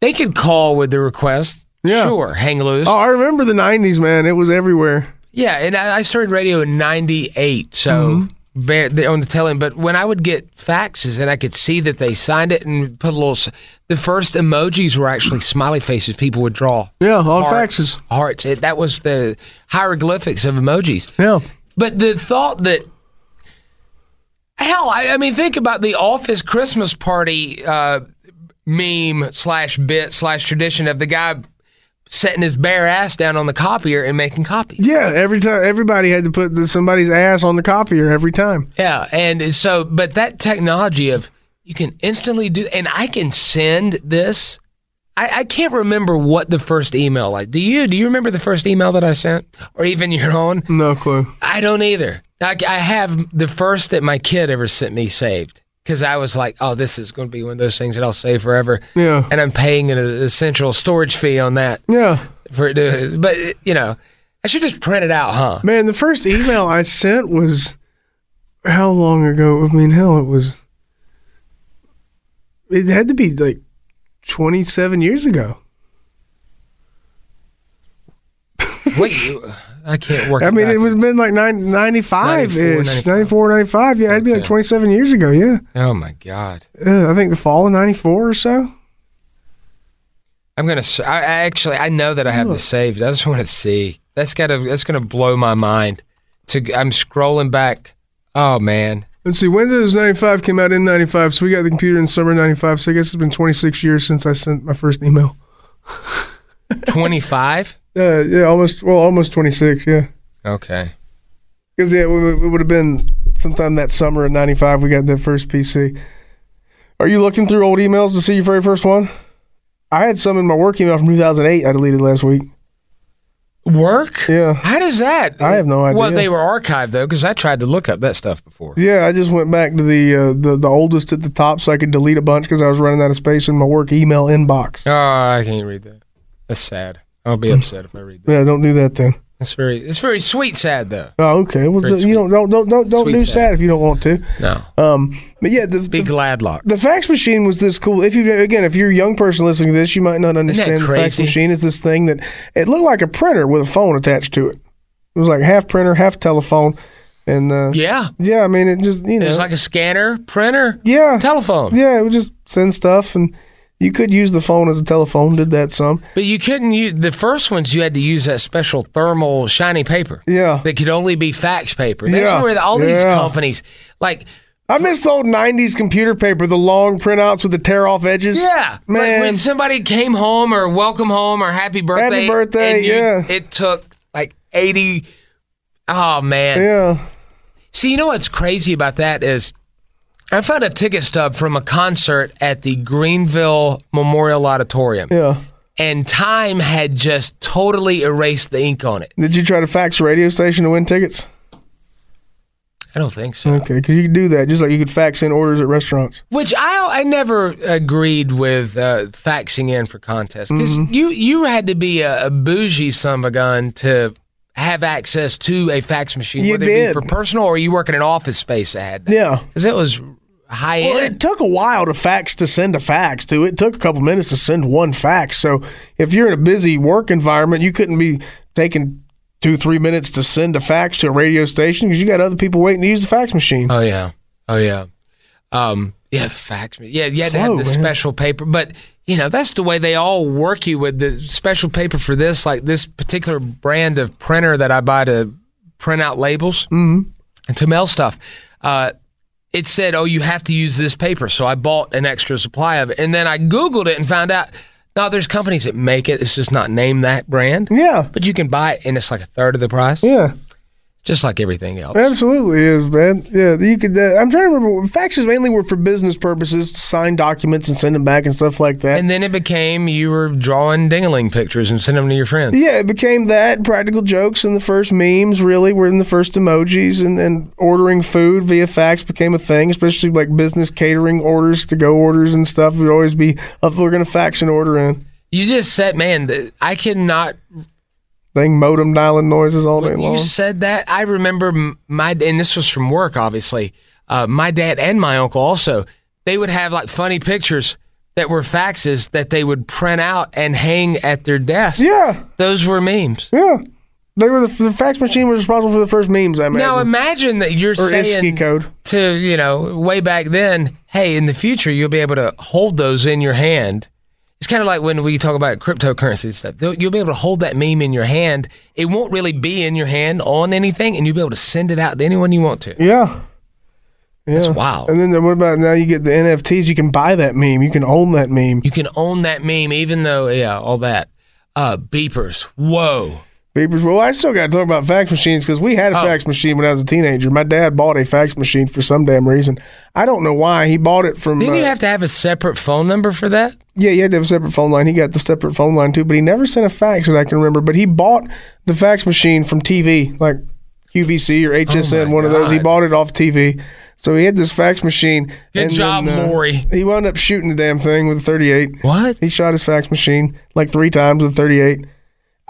[SPEAKER 3] they could call with the request.
[SPEAKER 4] Yeah.
[SPEAKER 3] Sure, hang loose.
[SPEAKER 4] Oh, I remember the '90s, man. It was everywhere.
[SPEAKER 3] Yeah, and I, I started radio in '98, so
[SPEAKER 4] Mm-hmm.
[SPEAKER 3] bare, the- on the tail end. But when I would get faxes, and I could see that they signed it and put a little. s- The first emojis were actually smiley faces. People would draw
[SPEAKER 4] Yeah, on
[SPEAKER 3] hearts,
[SPEAKER 4] faxes.
[SPEAKER 3] hearts. It, that was the hieroglyphics of emojis.
[SPEAKER 4] Yeah.
[SPEAKER 3] But the thought that. Hell, I, I mean, think about the office Christmas party uh, meme slash bit slash tradition of the guy setting his bare ass down on the copier and making copies.
[SPEAKER 4] Yeah, every time everybody had to put the, somebody's ass on the copier every time.
[SPEAKER 3] Yeah, and so, but that technology of you can instantly do, and I can send this. I, I can't remember what the first email like. Do you? Do you remember the first email that I sent, or even your own?
[SPEAKER 4] No clue.
[SPEAKER 3] I don't either. I, I have the first that my kid ever sent me saved because I was like, "Oh, this is going to be one of those things that I'll save forever."
[SPEAKER 4] Yeah.
[SPEAKER 3] and I'm paying an essential storage fee on that
[SPEAKER 4] Yeah,
[SPEAKER 3] for it. To, but you know, I should just print it out, huh?
[SPEAKER 4] man, the first email I sent was how long ago? I mean, hell, it was. It had to be like twenty-seven years ago.
[SPEAKER 3] Wait, you- I can't work.
[SPEAKER 4] I mean, it
[SPEAKER 3] backwards.
[SPEAKER 4] was been like nine, 95 ish,
[SPEAKER 3] 94,
[SPEAKER 4] 94, 95. Yeah, it'd be like
[SPEAKER 3] Okay.
[SPEAKER 4] twenty-seven years ago. Yeah,
[SPEAKER 3] Oh my god.
[SPEAKER 4] uh, I think the fall of ninety-four or so.
[SPEAKER 3] I'm gonna. s- I, I actually, I know that I have this saved. I just want to see. That's gotta. That's gonna blow my mind. To g- I'm scrolling back. Oh man,
[SPEAKER 4] Let's see, Windows 95 came out in 95, so we got the computer in summer 95, so I guess it's been 26 years since I sent my first email.
[SPEAKER 3] 25.
[SPEAKER 4] Uh, yeah, almost, well, almost 26, yeah.
[SPEAKER 7] Okay.
[SPEAKER 4] Because yeah, we- we- it would have been sometime that summer in '95. We got that first PC. Are you looking through old emails to see your very first one? I had some in my work email from 2008. I deleted last week.
[SPEAKER 3] Work?
[SPEAKER 4] Yeah.
[SPEAKER 3] How does that?
[SPEAKER 4] I have no
[SPEAKER 3] Well,
[SPEAKER 4] idea.
[SPEAKER 3] they were archived though, because I tried to look up that stuff before.
[SPEAKER 4] Yeah, I just went back to the uh, the, the oldest at the top so I could delete a bunch because I was running out of space in my work email inbox.
[SPEAKER 3] Oh, I can't read that. That's sad. I'll be upset if I read that.
[SPEAKER 4] Yeah, don't do that then.
[SPEAKER 3] That's very. It's very sweet. Sad though.
[SPEAKER 4] Oh, okay. Well,
[SPEAKER 3] Very
[SPEAKER 4] so you don't don't don't don't, don't
[SPEAKER 3] Sweet
[SPEAKER 4] do sad.
[SPEAKER 3] sad.
[SPEAKER 4] if you don't want to.
[SPEAKER 3] No.
[SPEAKER 4] Um, but yeah, the,
[SPEAKER 3] Be
[SPEAKER 4] the,
[SPEAKER 3] glad lock.
[SPEAKER 4] the fax machine was this cool. If you again, if you're a young person listening to this, you might not understand. The fax
[SPEAKER 3] crazy?
[SPEAKER 4] machine is this thing that it looked like a printer with a phone attached to it. It was like half printer, half telephone, and uh,
[SPEAKER 3] Yeah.
[SPEAKER 4] yeah, I mean, it just you know,
[SPEAKER 3] It was like a scanner, printer,
[SPEAKER 4] yeah,
[SPEAKER 3] telephone.
[SPEAKER 4] yeah, it would just send stuff, and you could use the phone as a telephone. Did that some?
[SPEAKER 3] But you couldn't use the first ones. You had to use that special thermal shiny paper.
[SPEAKER 4] Yeah.
[SPEAKER 3] That could only be fax paper. That's
[SPEAKER 4] Yeah.
[SPEAKER 3] where all these
[SPEAKER 4] Yeah.
[SPEAKER 3] companies like.
[SPEAKER 4] I miss the old '90s computer paper, the long printouts with the tear off edges.
[SPEAKER 3] Yeah, like
[SPEAKER 4] man.
[SPEAKER 3] when somebody came home or welcome home or happy birthday,
[SPEAKER 4] birthday,
[SPEAKER 3] and you-
[SPEAKER 4] yeah.
[SPEAKER 3] it took like eighty. Oh man,
[SPEAKER 4] yeah.
[SPEAKER 3] See, you know what's crazy about that is I found a ticket stub from a concert at the Greenville Memorial Auditorium.
[SPEAKER 4] Yeah.
[SPEAKER 3] And time had just totally erased the ink on it.
[SPEAKER 4] Did you try to fax a radio station to win tickets?
[SPEAKER 3] I don't think so.
[SPEAKER 4] Okay, because you could do that just like you could fax in orders at restaurants.
[SPEAKER 3] Which I I never agreed with uh, faxing in for contests because
[SPEAKER 4] Mm-hmm.
[SPEAKER 3] you you had to be a, a bougie son of a gun to have access to a fax machine,
[SPEAKER 4] You
[SPEAKER 3] whether
[SPEAKER 4] did.
[SPEAKER 3] it be for personal or you work in an office space that had that.
[SPEAKER 4] Yeah.
[SPEAKER 3] Because it was high
[SPEAKER 4] Well,
[SPEAKER 3] end.
[SPEAKER 4] it took a while to fax to send a fax too. It took a couple minutes to send one fax. So if you're in a busy work environment, you couldn't be taking two three minutes to send a fax to a radio station because you got other people waiting to use the fax machine.
[SPEAKER 3] Oh yeah. Oh yeah. Um yeah, fax me. Yeah, you had to have
[SPEAKER 4] Slow,
[SPEAKER 3] the
[SPEAKER 4] man.
[SPEAKER 3] special paper, but you know that's the way they all work you with the special paper for this, like this particular brand of printer that I buy to print out labels
[SPEAKER 4] Mm-hmm.
[SPEAKER 3] and to mail stuff. Uh, it said, "Oh, you have to use this paper," so I bought an extra supply of it, and then I Googled it and found out. No, there's companies that make it. It's just not named that brand,
[SPEAKER 4] Yeah,
[SPEAKER 3] but you can buy it, and it's like a third of the price,
[SPEAKER 4] yeah,
[SPEAKER 3] just like everything else.
[SPEAKER 4] absolutely is man. Yeah, you could. Uh, I'm trying to remember. Faxes mainly were for business purposes, to sign documents and send them back and stuff like that.
[SPEAKER 3] And then it became you were drawing dingaling pictures and sending them to your friends.
[SPEAKER 4] Yeah, it became that practical jokes and the first memes really were in the first emojis and, and ordering food via fax became a thing, especially like business catering orders, to go orders and stuff. We'd always be up we're gonna fax an order in.
[SPEAKER 3] You just said, man, th- I cannot.
[SPEAKER 4] Thing modem dialing noises all day
[SPEAKER 3] When
[SPEAKER 4] long.
[SPEAKER 3] you said that, I remember m- my, and this was from work, obviously. Uh, my dad and my uncle also, they would have like funny pictures that were faxes that they would print out and hang at their desk.
[SPEAKER 4] yeah,
[SPEAKER 3] Those were memes.
[SPEAKER 4] yeah. They were the, the fax machine was responsible for the first memes, I imagine.
[SPEAKER 3] Now imagine that you're
[SPEAKER 4] or
[SPEAKER 3] saying
[SPEAKER 4] ASCII code.
[SPEAKER 3] to, you know, way back then, hey, in the future, you'll be able to hold those in your hand. It's kind of like when we talk about cryptocurrency and stuff. You'll you'll be able to hold that meme in your hand. It won't really be in your hand on anything, and you'll be able to send it out to anyone you want to.
[SPEAKER 4] Yeah.
[SPEAKER 3] That's
[SPEAKER 4] Yeah.
[SPEAKER 3] wild.
[SPEAKER 4] And then the- what about now you get the NFTs, you can buy that meme, you can own that meme.
[SPEAKER 3] You can own that meme, even though, yeah, all that. Uh, beepers. Whoa.
[SPEAKER 4] Beepers. Well, I still got to talk about fax machines because we had a
[SPEAKER 3] Oh.
[SPEAKER 4] fax machine when I was a teenager. My dad bought a fax machine for some damn reason. I don't know why. He bought it from.
[SPEAKER 3] Didn't you
[SPEAKER 4] uh,
[SPEAKER 3] have to have a separate phone number for that?
[SPEAKER 4] yeah, you had to have a separate phone line. He got the separate phone line too, but he never sent a fax that I can remember. But he bought the fax machine from TV, like QVC or HSN,
[SPEAKER 3] Oh my
[SPEAKER 4] one of those. He
[SPEAKER 3] God.
[SPEAKER 4] bought it off TV. So he had this fax machine. uh,
[SPEAKER 3] Good job, Maury.
[SPEAKER 4] He wound up shooting the damn thing with a 38.
[SPEAKER 3] What?
[SPEAKER 4] He shot his fax machine like three times with 38.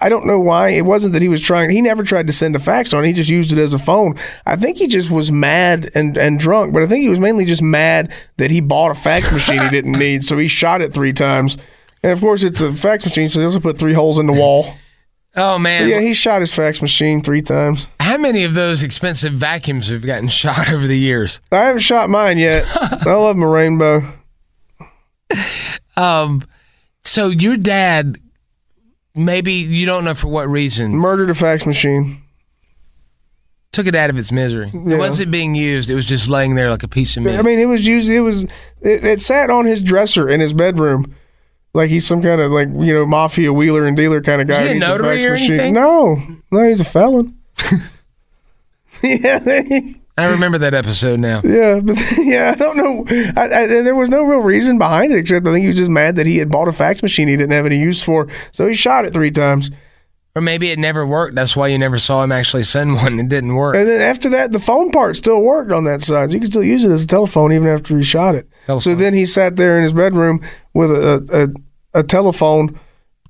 [SPEAKER 4] I don't know why. It wasn't that he was trying. He never tried to send a fax on. it. He just used it as a phone. I think he just was mad and, and drunk, but I think he was mainly just mad that he bought a fax machine he didn't need. So he shot it three times. And of course, it's a fax machine, so he also put three holes in the wall.
[SPEAKER 3] Oh, man.
[SPEAKER 4] Yeah, he shot his fax machine three times.
[SPEAKER 3] How many of those expensive vacuums have gotten shot over the years?
[SPEAKER 4] I haven't shot mine yet. I love my rainbow.
[SPEAKER 3] Um, so your dad, maybe you don't know for what reason,
[SPEAKER 4] Murdered a fax machine.
[SPEAKER 3] took it out of its misery.
[SPEAKER 4] Yeah.
[SPEAKER 3] It wasn't being used; it was just laying there like a piece of meat.
[SPEAKER 4] I mean, it was used. It was. It, it sat on his dresser in his bedroom, like he's some kind of like you know mafia wheeler and dealer kind of guy.
[SPEAKER 3] he a
[SPEAKER 4] who eats
[SPEAKER 3] notary
[SPEAKER 4] fax
[SPEAKER 3] or anything?
[SPEAKER 4] No, no, he's a felon. yeah,
[SPEAKER 3] I remember that episode now.
[SPEAKER 4] yeah, but yeah, I don't know. I, I, and there was no real reason behind it except I think he was just mad that he had bought a fax machine he didn't have any use for, so he shot it three times.
[SPEAKER 3] Or maybe it never worked. That's why you never saw him actually send one. It didn't work.
[SPEAKER 4] And then after that, the phone part still worked on that side. You could still use it as a telephone even after he shot it. So
[SPEAKER 3] Telephone.
[SPEAKER 4] then he sat there in his bedroom with a, a, a, a telephone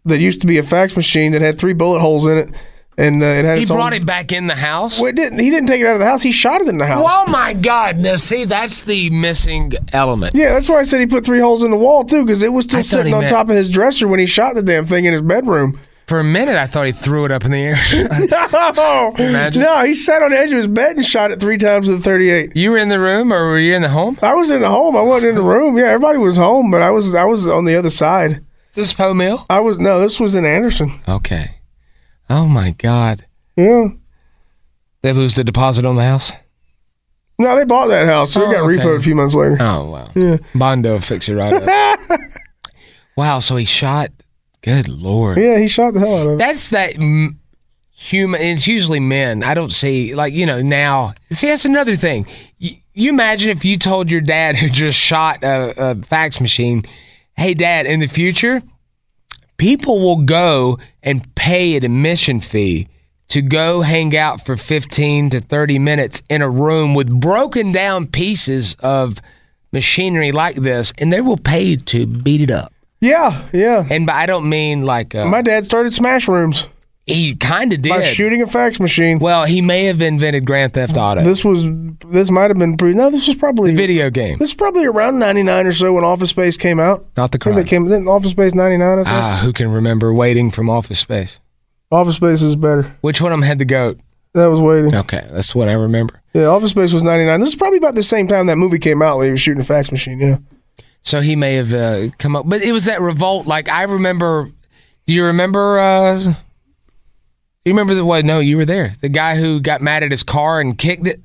[SPEAKER 4] that used to be a fax machine that had three bullet holes in it, and uh, it had.
[SPEAKER 3] He
[SPEAKER 4] its
[SPEAKER 3] brought
[SPEAKER 4] own,
[SPEAKER 3] it back in the house.
[SPEAKER 4] Well, it didn't. He didn't take it out of the house. He shot it in the house.
[SPEAKER 3] Oh my God! Now see, that's the missing element.
[SPEAKER 4] Yeah, that's why I said he put three holes in the wall too, because it was
[SPEAKER 3] I
[SPEAKER 4] still
[SPEAKER 3] thought
[SPEAKER 4] sitting
[SPEAKER 3] he
[SPEAKER 4] on
[SPEAKER 3] meant-
[SPEAKER 4] top of his dresser when he shot the damn thing in his bedroom.
[SPEAKER 3] For a minute, I thought he threw it up in the air.
[SPEAKER 4] No,
[SPEAKER 3] Imagine.
[SPEAKER 4] no, he sat on the edge of his bed and shot it three times with a thirty-eight.
[SPEAKER 3] you were in the room, or were you in the home?
[SPEAKER 4] I was in the home. I wasn't in the room. Yeah, everybody was home, but I was I was on the other side.
[SPEAKER 3] Is this Poe Mill?
[SPEAKER 4] I was no, this was in Anderson.
[SPEAKER 3] Okay. Oh my God!
[SPEAKER 4] Yeah.
[SPEAKER 3] They lose the deposit on the house.
[SPEAKER 4] No, they bought that house. So it
[SPEAKER 3] Oh,
[SPEAKER 4] got
[SPEAKER 3] okay.
[SPEAKER 4] repoed a few months later.
[SPEAKER 3] Oh wow. Yeah. Bondo fix it right up. wow. So he shot. Good lord.
[SPEAKER 4] Yeah, he shot the hell out of it.
[SPEAKER 3] That's that m- human. It's usually men. I don't see like you know now. See, that's another thing. You, you imagine if you told your dad who just shot a, a fax machine, "Hey, dad, in the future, people will go and pay an admission fee." To go hang out for 15 to 30 minutes in a room with broken down pieces of machinery like this, and they will pay to beat it up.
[SPEAKER 4] Yeah, yeah.
[SPEAKER 3] And by, I don't mean like uh,
[SPEAKER 4] My dad started smash rooms
[SPEAKER 3] he kind of did.
[SPEAKER 4] by shooting a fax machine.
[SPEAKER 3] Well, he may have invented Grand Theft Auto,
[SPEAKER 4] This was this might have been pre no, this was probably
[SPEAKER 3] video game,
[SPEAKER 4] This is probably around ninety nine or so when Office Space came out.
[SPEAKER 3] not the
[SPEAKER 4] I think
[SPEAKER 3] crime.
[SPEAKER 4] they came didn't Office Space ninety nine, I think.
[SPEAKER 3] Ah, who can remember waiting from Office Space?
[SPEAKER 4] Office Space is better.
[SPEAKER 3] Which one of them had the goat?
[SPEAKER 4] That was waiting.
[SPEAKER 3] Okay, that's what I remember.
[SPEAKER 4] Yeah, Office Space was ninety nine. This is probably about the same time that movie came out where he was shooting a fax machine, yeah.
[SPEAKER 3] So he may have uh, come up, but it was that revolt. Like I remember. Do you remember? Uh, do you remember the what? No, you were there. The guy who got mad at his car and kicked it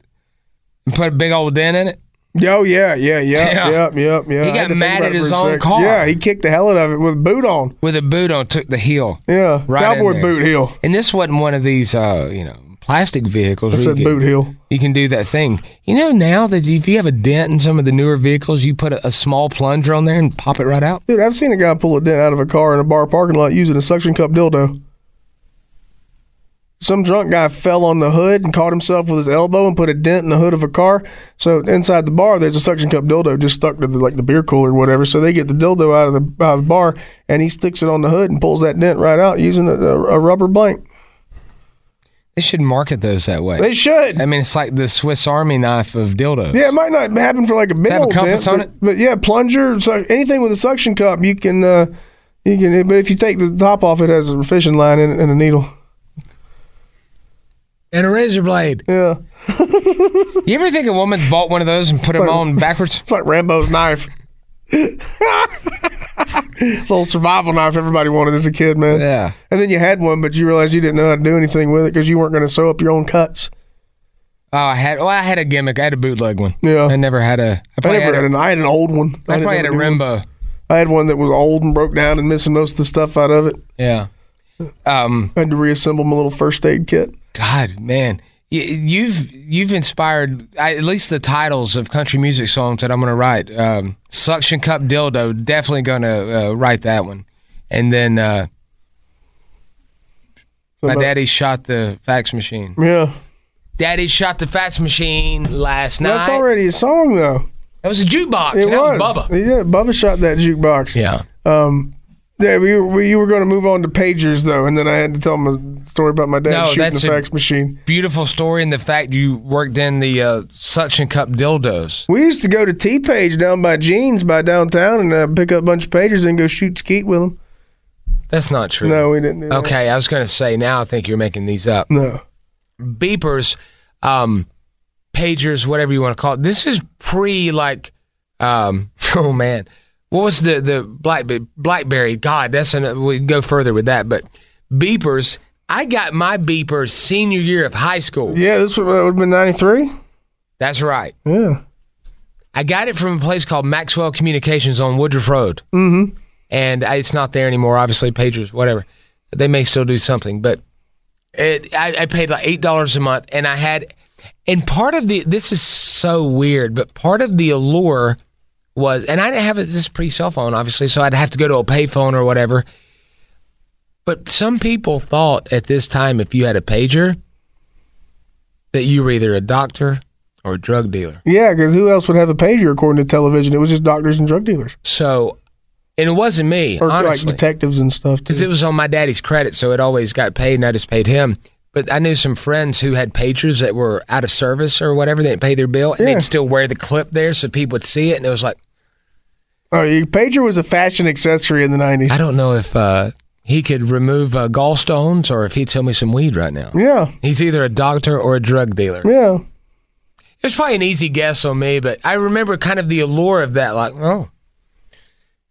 [SPEAKER 3] and put a big old dent in it.
[SPEAKER 4] Oh yeah, yeah, yeah,
[SPEAKER 3] Yeah.
[SPEAKER 4] yeah, yep, yep, yeah.
[SPEAKER 3] He
[SPEAKER 4] I had
[SPEAKER 3] got
[SPEAKER 4] to think
[SPEAKER 3] mad
[SPEAKER 4] about
[SPEAKER 3] at
[SPEAKER 4] it for
[SPEAKER 3] his
[SPEAKER 4] a
[SPEAKER 3] own
[SPEAKER 4] sec.
[SPEAKER 3] car.
[SPEAKER 4] Yeah, he kicked the hell out of it with a boot on.
[SPEAKER 3] with a boot on took the heel.
[SPEAKER 4] Yeah,
[SPEAKER 3] Right in
[SPEAKER 4] cowboy
[SPEAKER 3] there.
[SPEAKER 4] boot heel.
[SPEAKER 3] And this wasn't one of these, uh, you know, plastic vehicles.
[SPEAKER 4] I
[SPEAKER 3] where
[SPEAKER 4] said
[SPEAKER 3] you can-
[SPEAKER 4] boot heel.
[SPEAKER 3] You can do that thing. You know now that if you have a dent in some of the newer vehicles, you put a, a small plunger on there and pop it right out.
[SPEAKER 4] Dude, I've seen a guy pull a dent out of a car in a bar parking lot using a suction cup dildo. Some drunk guy fell on the hood and caught himself with his elbow and put a dent in the hood of a car. So inside the bar, there's a suction cup dildo just stuck to the, like the beer cooler or whatever. So they get the dildo out of the, out of the bar and he sticks it on the hood and pulls that dent right out using a, a, a rubber blank.
[SPEAKER 3] They should market those that way.
[SPEAKER 4] They should.
[SPEAKER 3] I mean, it's like the Swiss Army knife of dildos.
[SPEAKER 4] Yeah, it might not happen for like a big
[SPEAKER 3] Have a
[SPEAKER 4] old
[SPEAKER 3] compass
[SPEAKER 4] dent,
[SPEAKER 3] on
[SPEAKER 4] but,
[SPEAKER 3] it?
[SPEAKER 4] but yeah, plunger, suck, anything with a suction cup, you can, uh, you can. But if you take the top off, it has a fishing line in it and a needle.
[SPEAKER 3] And a razor blade.
[SPEAKER 4] Yeah,
[SPEAKER 3] You ever think a woman bought one of those and put them on backwards?
[SPEAKER 4] it's like Rambo's knife. little survival knife everybody wanted as a kid, man.
[SPEAKER 3] Yeah.
[SPEAKER 4] And then you had one, but you realized you didn't know how to do anything with it because you weren't going to sew up your own cuts.
[SPEAKER 3] Oh, I had. Well, I had a gimmick. I had a bootleg one.
[SPEAKER 4] Yeah.
[SPEAKER 3] I never had a. I
[SPEAKER 4] I
[SPEAKER 3] probably
[SPEAKER 4] never had
[SPEAKER 3] had a.
[SPEAKER 4] an. I had an old one.
[SPEAKER 3] I
[SPEAKER 4] didn't
[SPEAKER 3] probably
[SPEAKER 4] have
[SPEAKER 3] had a
[SPEAKER 4] new one.
[SPEAKER 3] Rembo.
[SPEAKER 4] I had one that was old and broke down and missing most of the stuff out of it.
[SPEAKER 3] Yeah. Um.
[SPEAKER 4] I had to reassemble my little first aid kit.
[SPEAKER 3] God, man, Y- you've you've inspired I, at least the titles of country music songs that I'm going to write. Um, Suction cup dildo, definitely going to uh, write that one. And then uh, my
[SPEAKER 4] about-
[SPEAKER 3] daddy shot the fax machine.
[SPEAKER 4] Yeah.
[SPEAKER 3] Daddy shot the fax machine last night.
[SPEAKER 4] That's already a song, though.
[SPEAKER 3] That was a jukebox.
[SPEAKER 4] It
[SPEAKER 3] and that was.
[SPEAKER 4] was.
[SPEAKER 3] Bubba.
[SPEAKER 4] Yeah, Bubba shot that jukebox.
[SPEAKER 3] Yeah.
[SPEAKER 4] Um, Yeah, we, we, you were going to move on to pagers, though, and then I had to tell him a story about my dad
[SPEAKER 3] No,
[SPEAKER 4] shooting
[SPEAKER 3] that's
[SPEAKER 4] the
[SPEAKER 3] a-
[SPEAKER 4] fax machine.
[SPEAKER 3] Beautiful story, and the fact you worked in the uh, suction cup dildos.
[SPEAKER 4] We used to go to T Page down by Jeans by downtown and uh, pick up a bunch of pagers and go shoot skeet with them.
[SPEAKER 3] That's not true.
[SPEAKER 4] No, we didn't do that.
[SPEAKER 3] Okay, I was going to say now I think you're making these up.
[SPEAKER 4] No.
[SPEAKER 3] beepers, um, pagers, whatever you want to call it. This is pre like, um, oh man, what was the the Blackberry? Blackberry. God, that's an, we can go further with that. But beepers, I got my beeper senior year of high school.
[SPEAKER 4] Yeah, this would have been 93.
[SPEAKER 3] That's right.
[SPEAKER 4] Yeah.
[SPEAKER 3] I got it from a place called Maxwell Communications on Woodruff Road. Mm-hmm. And I, it's not there anymore, obviously, pagers, whatever. They may still do something, but it, I, I paid like $8 a month and I had, And part of the this is so weird, but part of the allure was, and I didn't have this is pre cell phone, obviously, so I'd have to go to a payphone or whatever. But some people thought at this time, if you had a pager, that you were either a doctor or a drug dealer.
[SPEAKER 4] Yeah, because who else would have a pager according to television? It was just doctors and drug dealers,
[SPEAKER 3] So, and it wasn't me,
[SPEAKER 4] or
[SPEAKER 3] honestly.
[SPEAKER 4] like detectives and stuff.
[SPEAKER 3] because
[SPEAKER 4] Too.
[SPEAKER 3] it was on my daddy's credit, so it always got paid, and I just paid him. But I knew some friends who had pagers that were out of service or whatever. They didn't pay their bill, and
[SPEAKER 4] Yeah.
[SPEAKER 3] they'd still wear the clip there so people would see it. And it was like,
[SPEAKER 4] oh, your pager was a fashion accessory in the nineties.
[SPEAKER 3] I don't know if uh, he could remove uh, gallstones or if he'd sell me some weed right now.
[SPEAKER 4] Yeah,
[SPEAKER 3] He's either a doctor or a drug dealer.
[SPEAKER 4] yeah.
[SPEAKER 3] It was probably an easy guess on me, but I remember kind of the allure of that. Like, oh,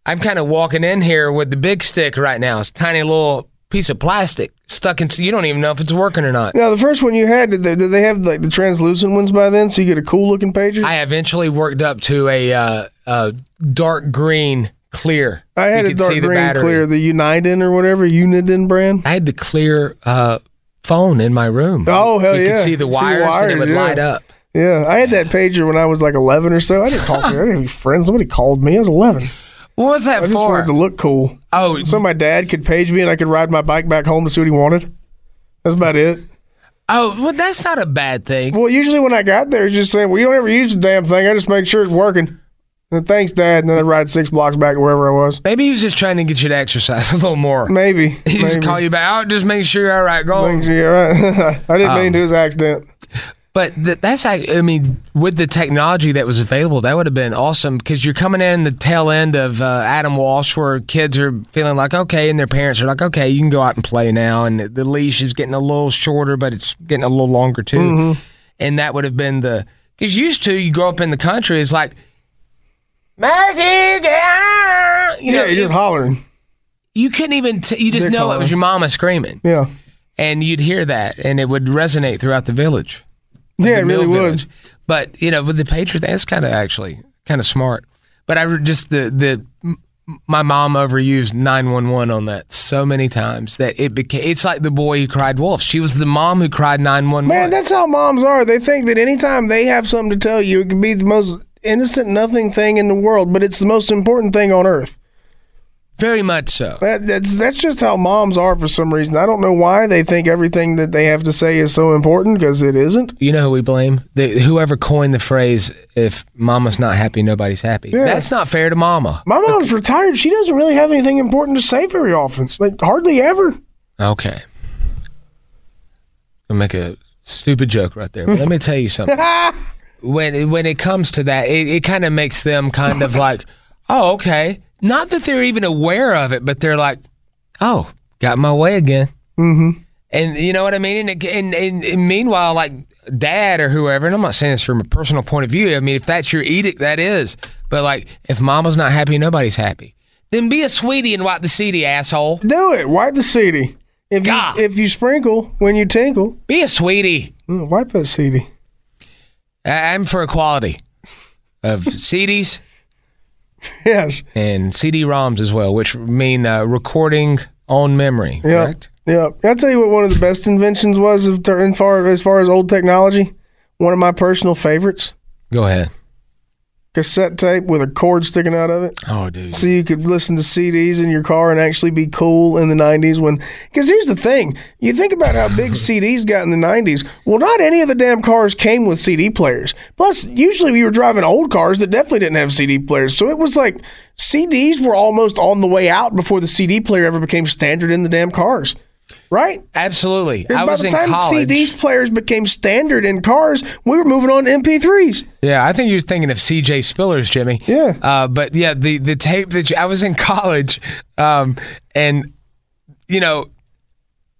[SPEAKER 3] I'm kind of walking in here with the big stick right now. It's a tiny little piece of plastic stuck in. You don't even know if it's working or not.
[SPEAKER 4] Now the first one you had, did they, did they have like the translucent ones by then? So you get a cool looking pager.
[SPEAKER 3] I eventually worked up to a, uh, a dark green clear.
[SPEAKER 4] I had
[SPEAKER 3] You
[SPEAKER 4] a
[SPEAKER 3] could
[SPEAKER 4] dark
[SPEAKER 3] see the
[SPEAKER 4] green
[SPEAKER 3] battery.
[SPEAKER 4] clear, the Uniden or whatever Uniden brand.
[SPEAKER 3] I had the clear uh, phone in my room.
[SPEAKER 4] Oh, hell
[SPEAKER 3] you
[SPEAKER 4] yeah.
[SPEAKER 3] could see the
[SPEAKER 4] See the
[SPEAKER 3] wires, and it
[SPEAKER 4] wires,
[SPEAKER 3] would
[SPEAKER 4] yeah.
[SPEAKER 3] light up.
[SPEAKER 4] Yeah, I had that pager when I was like eleven or so. I didn't talk to I didn't have any friends. Nobody called me. I was eleven.
[SPEAKER 3] What was that
[SPEAKER 4] I just
[SPEAKER 3] for?
[SPEAKER 4] wanted to look cool.
[SPEAKER 3] Oh.
[SPEAKER 4] so my dad could page me and I could ride my bike back home to see what he wanted. That's about it.
[SPEAKER 3] oh, well, that's not a bad thing.
[SPEAKER 4] Well, usually when I got there, it's just saying, "Well, you don't ever use the damn thing. I just make sure it's working." And thanks, Dad. And then I'd ride six blocks back to wherever I was.
[SPEAKER 3] Maybe he was just trying to get you to exercise a little more.
[SPEAKER 4] Maybe.
[SPEAKER 3] He just
[SPEAKER 4] maybe.
[SPEAKER 3] call you back. Oh, just make sure you're all right. Go on.
[SPEAKER 4] Thanks, yeah, right. I didn't
[SPEAKER 3] Um,
[SPEAKER 4] mean to. It was an accident.
[SPEAKER 3] But th- that's, act- I mean, with the technology that was available, that would have been awesome because you're coming in the tail end of uh, Adam Walsh where kids are feeling like, okay, and their parents are like, okay, you can go out and play now. And the, the leash is getting a little shorter, but it's getting a little longer too.
[SPEAKER 4] Mm-hmm.
[SPEAKER 3] And that would have been the, because used to, you grow up in the country, it's like, Matthew, get out!" you
[SPEAKER 4] Yeah,
[SPEAKER 3] know,
[SPEAKER 4] you're just
[SPEAKER 3] you,
[SPEAKER 4] hollering.
[SPEAKER 3] you couldn't even, t- you just
[SPEAKER 4] They're
[SPEAKER 3] know it was
[SPEAKER 4] calling.
[SPEAKER 3] your mama screaming.
[SPEAKER 4] Yeah.
[SPEAKER 3] And you'd hear that and it would resonate throughout the village
[SPEAKER 4] Yeah,
[SPEAKER 3] the
[SPEAKER 4] it really
[SPEAKER 3] Mill
[SPEAKER 4] would.
[SPEAKER 3] Village. But you know, with the Patriot, that's kind of actually kind of smart. But I re- just the the m- my mom overused nine one one on that so many times that it became it's like the boy who cried wolf. She was the mom who cried nine one
[SPEAKER 4] Man,
[SPEAKER 3] one.
[SPEAKER 4] that's how moms are. They think that anytime they have something to tell you, it could be the most innocent nothing thing in the world, but it's the most important thing on earth.
[SPEAKER 3] Very much so.
[SPEAKER 4] That, that's that's just how moms are for some reason. I don't know why they think everything that they have to say is so important because it isn't.
[SPEAKER 3] You know who we blame? The, whoever coined the phrase "If Mama's not happy, nobody's happy." That's not fair to Mama.
[SPEAKER 4] My mom's retired. She doesn't really have anything important to say very often. Like hardly ever.
[SPEAKER 3] Okay. I'll make a stupid joke right there. But let me tell you something. when when it comes to that, it, it kind of makes them kind of like, oh, okay. Not that they're even aware of it, but they're like, oh, got my way again. Mm-hmm. And you know what I mean? And, and, and, and meanwhile, like dad or whoever, and I'm not saying this from a personal point of view. I mean, if that's your edict, that is. But like, if mama's not happy, nobody's happy. Then be a sweetie and wipe the seedy asshole.
[SPEAKER 4] Do it. Wipe the CD. If you,
[SPEAKER 3] God.
[SPEAKER 4] if you sprinkle when you tinkle,
[SPEAKER 3] Be a sweetie.
[SPEAKER 4] mm, wipe that CD.
[SPEAKER 3] I- I'm for equality of CDs
[SPEAKER 4] Yes.
[SPEAKER 3] and CD-ROMs as well, which mean uh, recording on memory.
[SPEAKER 4] Yeah.
[SPEAKER 3] Correct.
[SPEAKER 4] Yeah. I'll tell you what one of the best inventions was of ter- in far, as far as old technology. One of my personal favorites
[SPEAKER 3] Go ahead.
[SPEAKER 4] cassette tape with a cord sticking out of it.
[SPEAKER 3] Oh, dude.
[SPEAKER 4] So you could listen to CDs in your car and actually be cool in the 90s when. Because here's the thing you think about how big CDs got in the 90s. Well, not any of the damn cars came with CD players. Plus, usually we were driving old cars that definitely didn't have CD players. So it was like CDs were almost on the way out before the CD player ever became standard in the damn cars. Right?
[SPEAKER 3] Absolutely.
[SPEAKER 4] Because
[SPEAKER 3] I was
[SPEAKER 4] by
[SPEAKER 3] in
[SPEAKER 4] the time
[SPEAKER 3] college.
[SPEAKER 4] CDs players became standard in cars, we were moving on to MP3s.
[SPEAKER 3] Yeah, I think you were thinking of C.J. Spillers, Jimmy.
[SPEAKER 4] Yeah.
[SPEAKER 3] Uh, but yeah, the the tape that you, I was in college, um, and you know,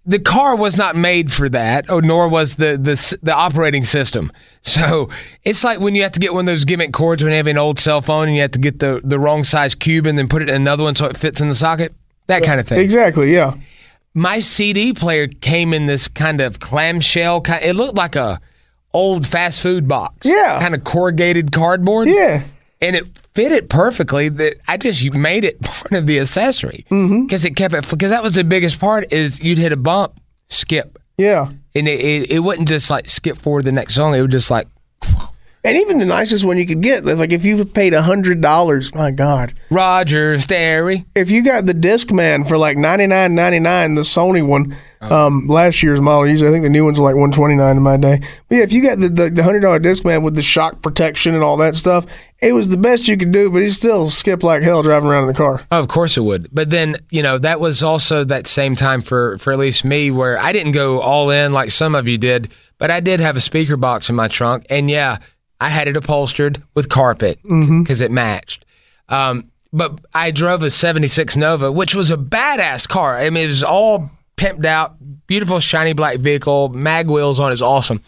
[SPEAKER 3] the car was not made for that, or nor was the the s- the operating system. So it's like when you have to get one of those gimmick cords when you have an old cell phone and you have to get the the wrong size cube and then put it in another one so it fits in the socket. That kind of thing
[SPEAKER 4] Exactly, yeah.
[SPEAKER 3] my CD player came in this kind of clamshell. Kind, it looked like a old fast food box.
[SPEAKER 4] Yeah.
[SPEAKER 3] kind of corrugated cardboard.
[SPEAKER 4] Yeah.
[SPEAKER 3] and it fit it perfectly. That I just made it part
[SPEAKER 4] Mm-hmm.
[SPEAKER 3] of the accessory because it kept it because that was the biggest part. Is you'd hit a bump, skip.
[SPEAKER 4] Yeah.
[SPEAKER 3] and it, it, it wouldn't just like skip forward the next song. It would just like
[SPEAKER 4] And even the nicest one you could get, like if you paid hundred dollars, my God,
[SPEAKER 3] Roger Sterry.
[SPEAKER 4] if you got the Discman for like ninety nine ninety nine, the Sony one, um, last year's model. Usually, I think the new ones are like one twenty nine in my day. But yeah, if you got the the, the hundred dollar Discman with the shock protection and all that stuff, it was the best you could do. But it still skipped like hell driving around in the car.
[SPEAKER 3] Oh, of course it would. But then you know that was also that same time for for at least me where I didn't go all in like some of you did, but I did have a speaker box in my trunk, and yeah, I had it upholstered with carpet because it matched. Um, but I drove a '76 Nova, which was a badass car. I mean, it was all pimped out, beautiful shiny black vehicle, mag wheels on, it's awesome.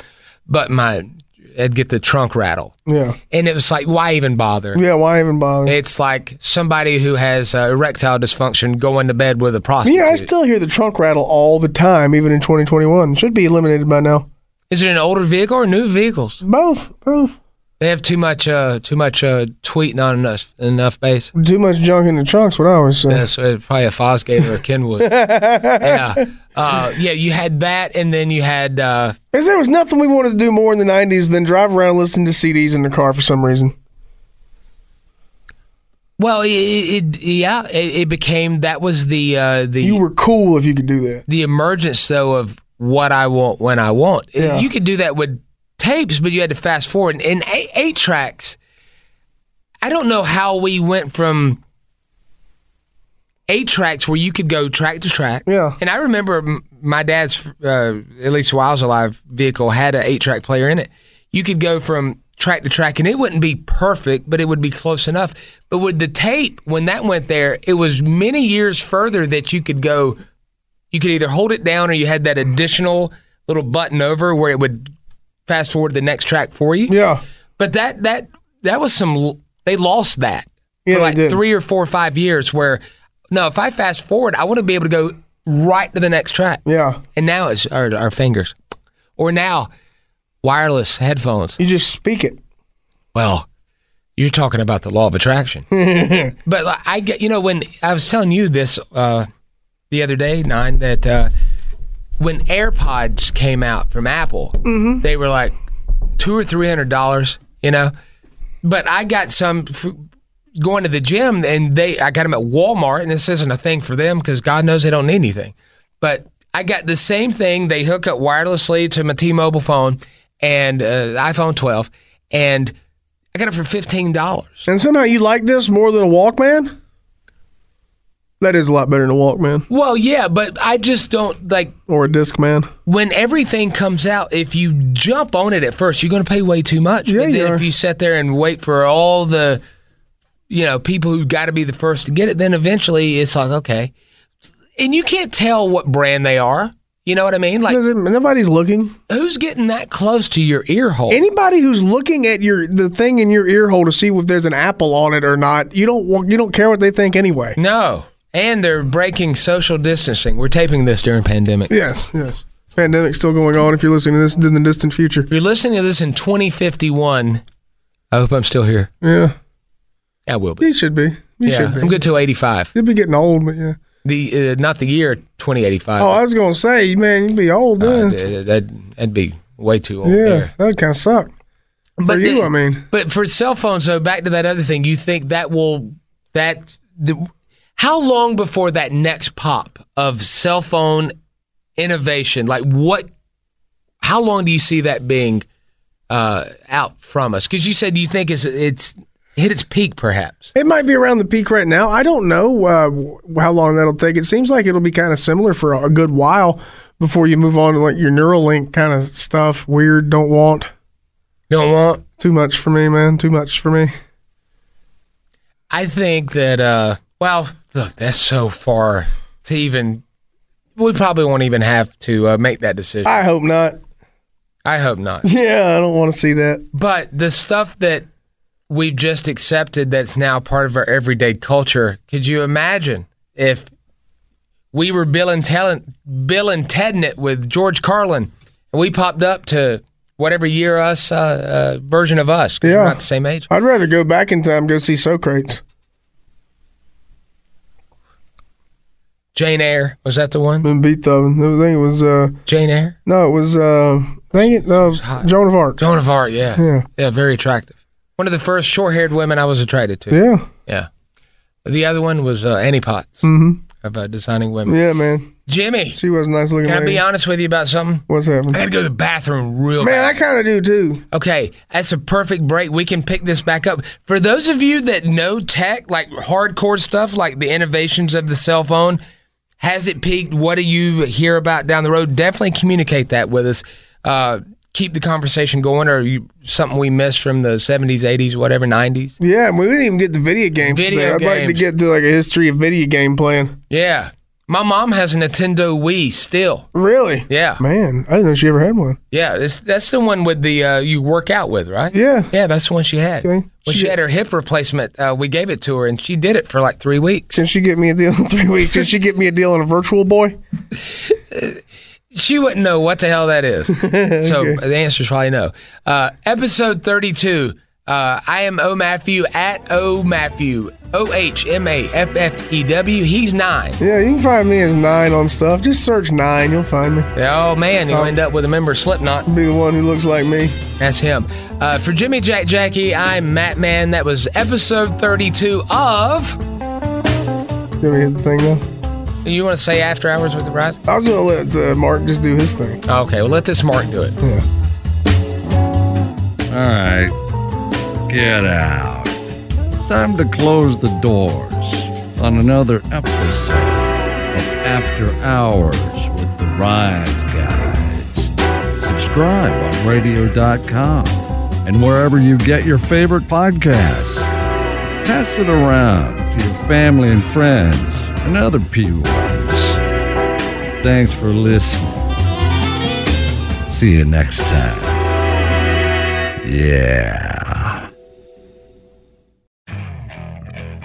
[SPEAKER 3] But my, I'd get the trunk rattle,
[SPEAKER 4] Yeah,
[SPEAKER 3] and it was like, why even bother?
[SPEAKER 4] yeah. Why even bother?
[SPEAKER 3] It's like somebody who has uh, erectile dysfunction going to bed with a prostitute.
[SPEAKER 4] yeah, I still hear the trunk rattle all the time, even in twenty twenty one. Should be eliminated by now.
[SPEAKER 3] Is it an older vehicle or new vehicles?
[SPEAKER 4] Both, both.
[SPEAKER 3] They have too much, uh, too much uh, tweet, not enough, enough base.
[SPEAKER 4] Too much junk in the trunk's what I always say.
[SPEAKER 3] That's uh, probably a Fosgate or a Kenwood. yeah, uh, yeah. You had that, and then you had uh,
[SPEAKER 4] Because there was nothing we wanted to do more in the 90s than drive around and listen to CDs in the car for some reason.
[SPEAKER 3] well, it, it, yeah, it, it became that was the uh, the
[SPEAKER 4] You were cool if you could do that.
[SPEAKER 3] the emergence though of what I want when I want.
[SPEAKER 4] Yeah.
[SPEAKER 3] You could do that with tapes, but you had to fast forward. And in eight, eight tracks, I don't know how we went from eight tracks where you could go track to track.
[SPEAKER 4] Yeah.
[SPEAKER 3] And I remember m- my dad's, uh, at least while I was alive, vehicle had an eight track player in it. You could go from track to track, and it wouldn't be perfect, but it would be close enough. But with the tape, when that went there, it was many years further that you could go you could either hold it down or you had that additional little button over where it would fast forward the next track for you.
[SPEAKER 4] Yeah.
[SPEAKER 3] But that that that was some l- they lost that
[SPEAKER 4] Yeah,
[SPEAKER 3] for
[SPEAKER 4] they
[SPEAKER 3] like
[SPEAKER 4] did.
[SPEAKER 3] three or four or five years where no, if I fast forward, I want to be able to go right to the next track.
[SPEAKER 4] Yeah.
[SPEAKER 3] And now it's our, our fingers. Or now wireless headphones.
[SPEAKER 4] You just speak it.
[SPEAKER 3] Well, you're talking about the law of attraction. but like, I get, you know, when I was telling you this uh, the other day, nine that uh, when AirPods came out from Apple, they were like two or three hundred dollars, you know. But I got some f- going to the gym, and they I got them at Walmart, and this isn't a thing for them because God knows they don't need anything. But I got the same thing. They hook up wirelessly to my T-Mobile phone and uh, iPhone 12, and I got it for fifteen dollars.
[SPEAKER 4] And somehow you like this more than a Walkman? That is a lot better than a Walkman
[SPEAKER 3] Well, yeah, but I just don't like
[SPEAKER 4] or a Discman.
[SPEAKER 3] when everything comes out, if you jump on it at first, you're going to pay way too much.
[SPEAKER 4] Yeah,
[SPEAKER 3] but
[SPEAKER 4] you
[SPEAKER 3] then if
[SPEAKER 4] are.
[SPEAKER 3] you sit there and wait for all the, you know, people who got to be the first to get it, then eventually it's like okay, and you can't tell what brand they are. You know what I mean? Like
[SPEAKER 4] Does it- nobody's looking.
[SPEAKER 3] who's getting that close to your ear hole?
[SPEAKER 4] Anybody who's looking at your the thing in your ear hole to see if there's an apple on it or not, you don't want, you don't care what they think anyway.
[SPEAKER 3] no, and they're breaking social distancing. We're taping this during pandemic.
[SPEAKER 4] Yes, yes. Pandemic's still going on. If you're listening to this in the distant future,
[SPEAKER 3] If you're listening to this in 2051, I hope I'm still here.
[SPEAKER 4] yeah,
[SPEAKER 3] I will be.
[SPEAKER 4] you should be. You
[SPEAKER 3] yeah,
[SPEAKER 4] should be.
[SPEAKER 3] I'm good till 85.
[SPEAKER 4] You'll be getting old, but yeah.
[SPEAKER 3] The uh, not the year 2085.
[SPEAKER 4] Oh, I was gonna say, man, you'd be old
[SPEAKER 3] Uh,
[SPEAKER 4] then.
[SPEAKER 3] that- that'd, that'd be way too old.
[SPEAKER 4] Oh, yeah,
[SPEAKER 3] there.
[SPEAKER 4] that'd kind of suck.
[SPEAKER 3] But
[SPEAKER 4] you,
[SPEAKER 3] the-
[SPEAKER 4] I mean.
[SPEAKER 3] But for cell phones, though, back to that other thing, you think that will that the, how long before that next pop of cell phone innovation? Like what? How long do you see that being uh, out from us? Because you said you think it's it's hit its peak, perhaps.
[SPEAKER 4] It might be around the peak right now. I don't know uh, wh- how long that'll take. It seems like it'll be kind of similar for a good while before you move on to like your Neuralink kind of stuff. Weird, don't want
[SPEAKER 3] Don't want.
[SPEAKER 4] too much for me, man. Too much for me.
[SPEAKER 3] I think that uh well, look, that's so far to even we probably won't even have to uh, make that decision.
[SPEAKER 4] I hope not.
[SPEAKER 3] I hope not.
[SPEAKER 4] Yeah, I don't want to see that.
[SPEAKER 3] But the stuff that we've just accepted that's now part of our everyday culture, could you imagine if we were Bill and, Tel- Bill and Tedding it with George Carlin and we popped up to whatever year us uh, uh, version of us 'cause
[SPEAKER 4] Yeah.
[SPEAKER 3] we're not the same age?
[SPEAKER 4] I'd rather go back in time, go see Socrates.
[SPEAKER 3] Jane Eyre was that the one?
[SPEAKER 4] And Beethoven. I think it was uh
[SPEAKER 3] Jane Eyre,
[SPEAKER 4] no, it was uh dang it, uh, Joan of Arc.
[SPEAKER 3] Joan of Arc. Yeah,
[SPEAKER 4] Yeah.
[SPEAKER 3] yeah, very attractive. One of the first short-haired women I was attracted to.
[SPEAKER 4] Yeah.
[SPEAKER 3] Yeah. The other one was uh, Annie Potts mm-hmm. of uh, designing women.
[SPEAKER 4] Yeah, man.
[SPEAKER 3] Jimmy,
[SPEAKER 4] She was a nice looking
[SPEAKER 3] can I
[SPEAKER 4] lady.
[SPEAKER 3] be honest with you about something?
[SPEAKER 4] What's happening?
[SPEAKER 3] I gotta go to the bathroom real
[SPEAKER 4] Man,
[SPEAKER 3] bad.
[SPEAKER 4] I kind of do too.
[SPEAKER 3] Okay, that's a perfect break. We can pick this back up. For those of you that know tech, like hardcore stuff, like the innovations of the cell phone, has it peaked? What do you hear about down the road? Definitely communicate that with us. Uh, keep the conversation going, or you, something we missed from the 70s, 80s, whatever, 90s.
[SPEAKER 4] Yeah, and we didn't even get to video games.
[SPEAKER 3] Video
[SPEAKER 4] today. I'd like to
[SPEAKER 3] games.
[SPEAKER 4] get to like a history of video game playing.
[SPEAKER 3] Yeah. My mom has a Nintendo Wii still.
[SPEAKER 4] Really?
[SPEAKER 3] Yeah.
[SPEAKER 4] Man, I didn't know she ever had one.
[SPEAKER 3] Yeah, it's, that's the one with the uh, you work out with, right?
[SPEAKER 4] Yeah.
[SPEAKER 3] yeah, that's the one she had.
[SPEAKER 4] Okay.
[SPEAKER 3] When she,
[SPEAKER 4] She-
[SPEAKER 3] had her hip replacement, uh, we gave it to her, and she did it for like three weeks.
[SPEAKER 4] Can she get me a deal in three weeks? Can she get me a deal on a virtual boy?
[SPEAKER 3] She wouldn't know what the hell that is. So the answer is probably no. Uh, episode thirty-two. Uh, I am O Matthew at O Matthew O H M A F F E W. He's nine.
[SPEAKER 4] Yeah, you can find me as nine on stuff. Just search nine, you'll find me.
[SPEAKER 3] Oh man, you'll end up with a member of Slipknot.
[SPEAKER 4] Be the one who looks like me.
[SPEAKER 3] That's him. Uh, for Jimmy Jack Jackie, I'm Matt Man. That was episode thirty-two of.
[SPEAKER 4] Did we hit the thing though?
[SPEAKER 3] You want to say after hours with the rise?
[SPEAKER 4] I was gonna let uh, Mark just do his thing.
[SPEAKER 3] Okay, well, let this Mark do it.
[SPEAKER 2] All right, get out. Time to close the doors on another episode of After Hours with the Rise Guys. Subscribe on radio.com and wherever you get your favorite podcasts. Pass it around to your family and friends and other P1s. Thanks for listening. See you next time. Yeah.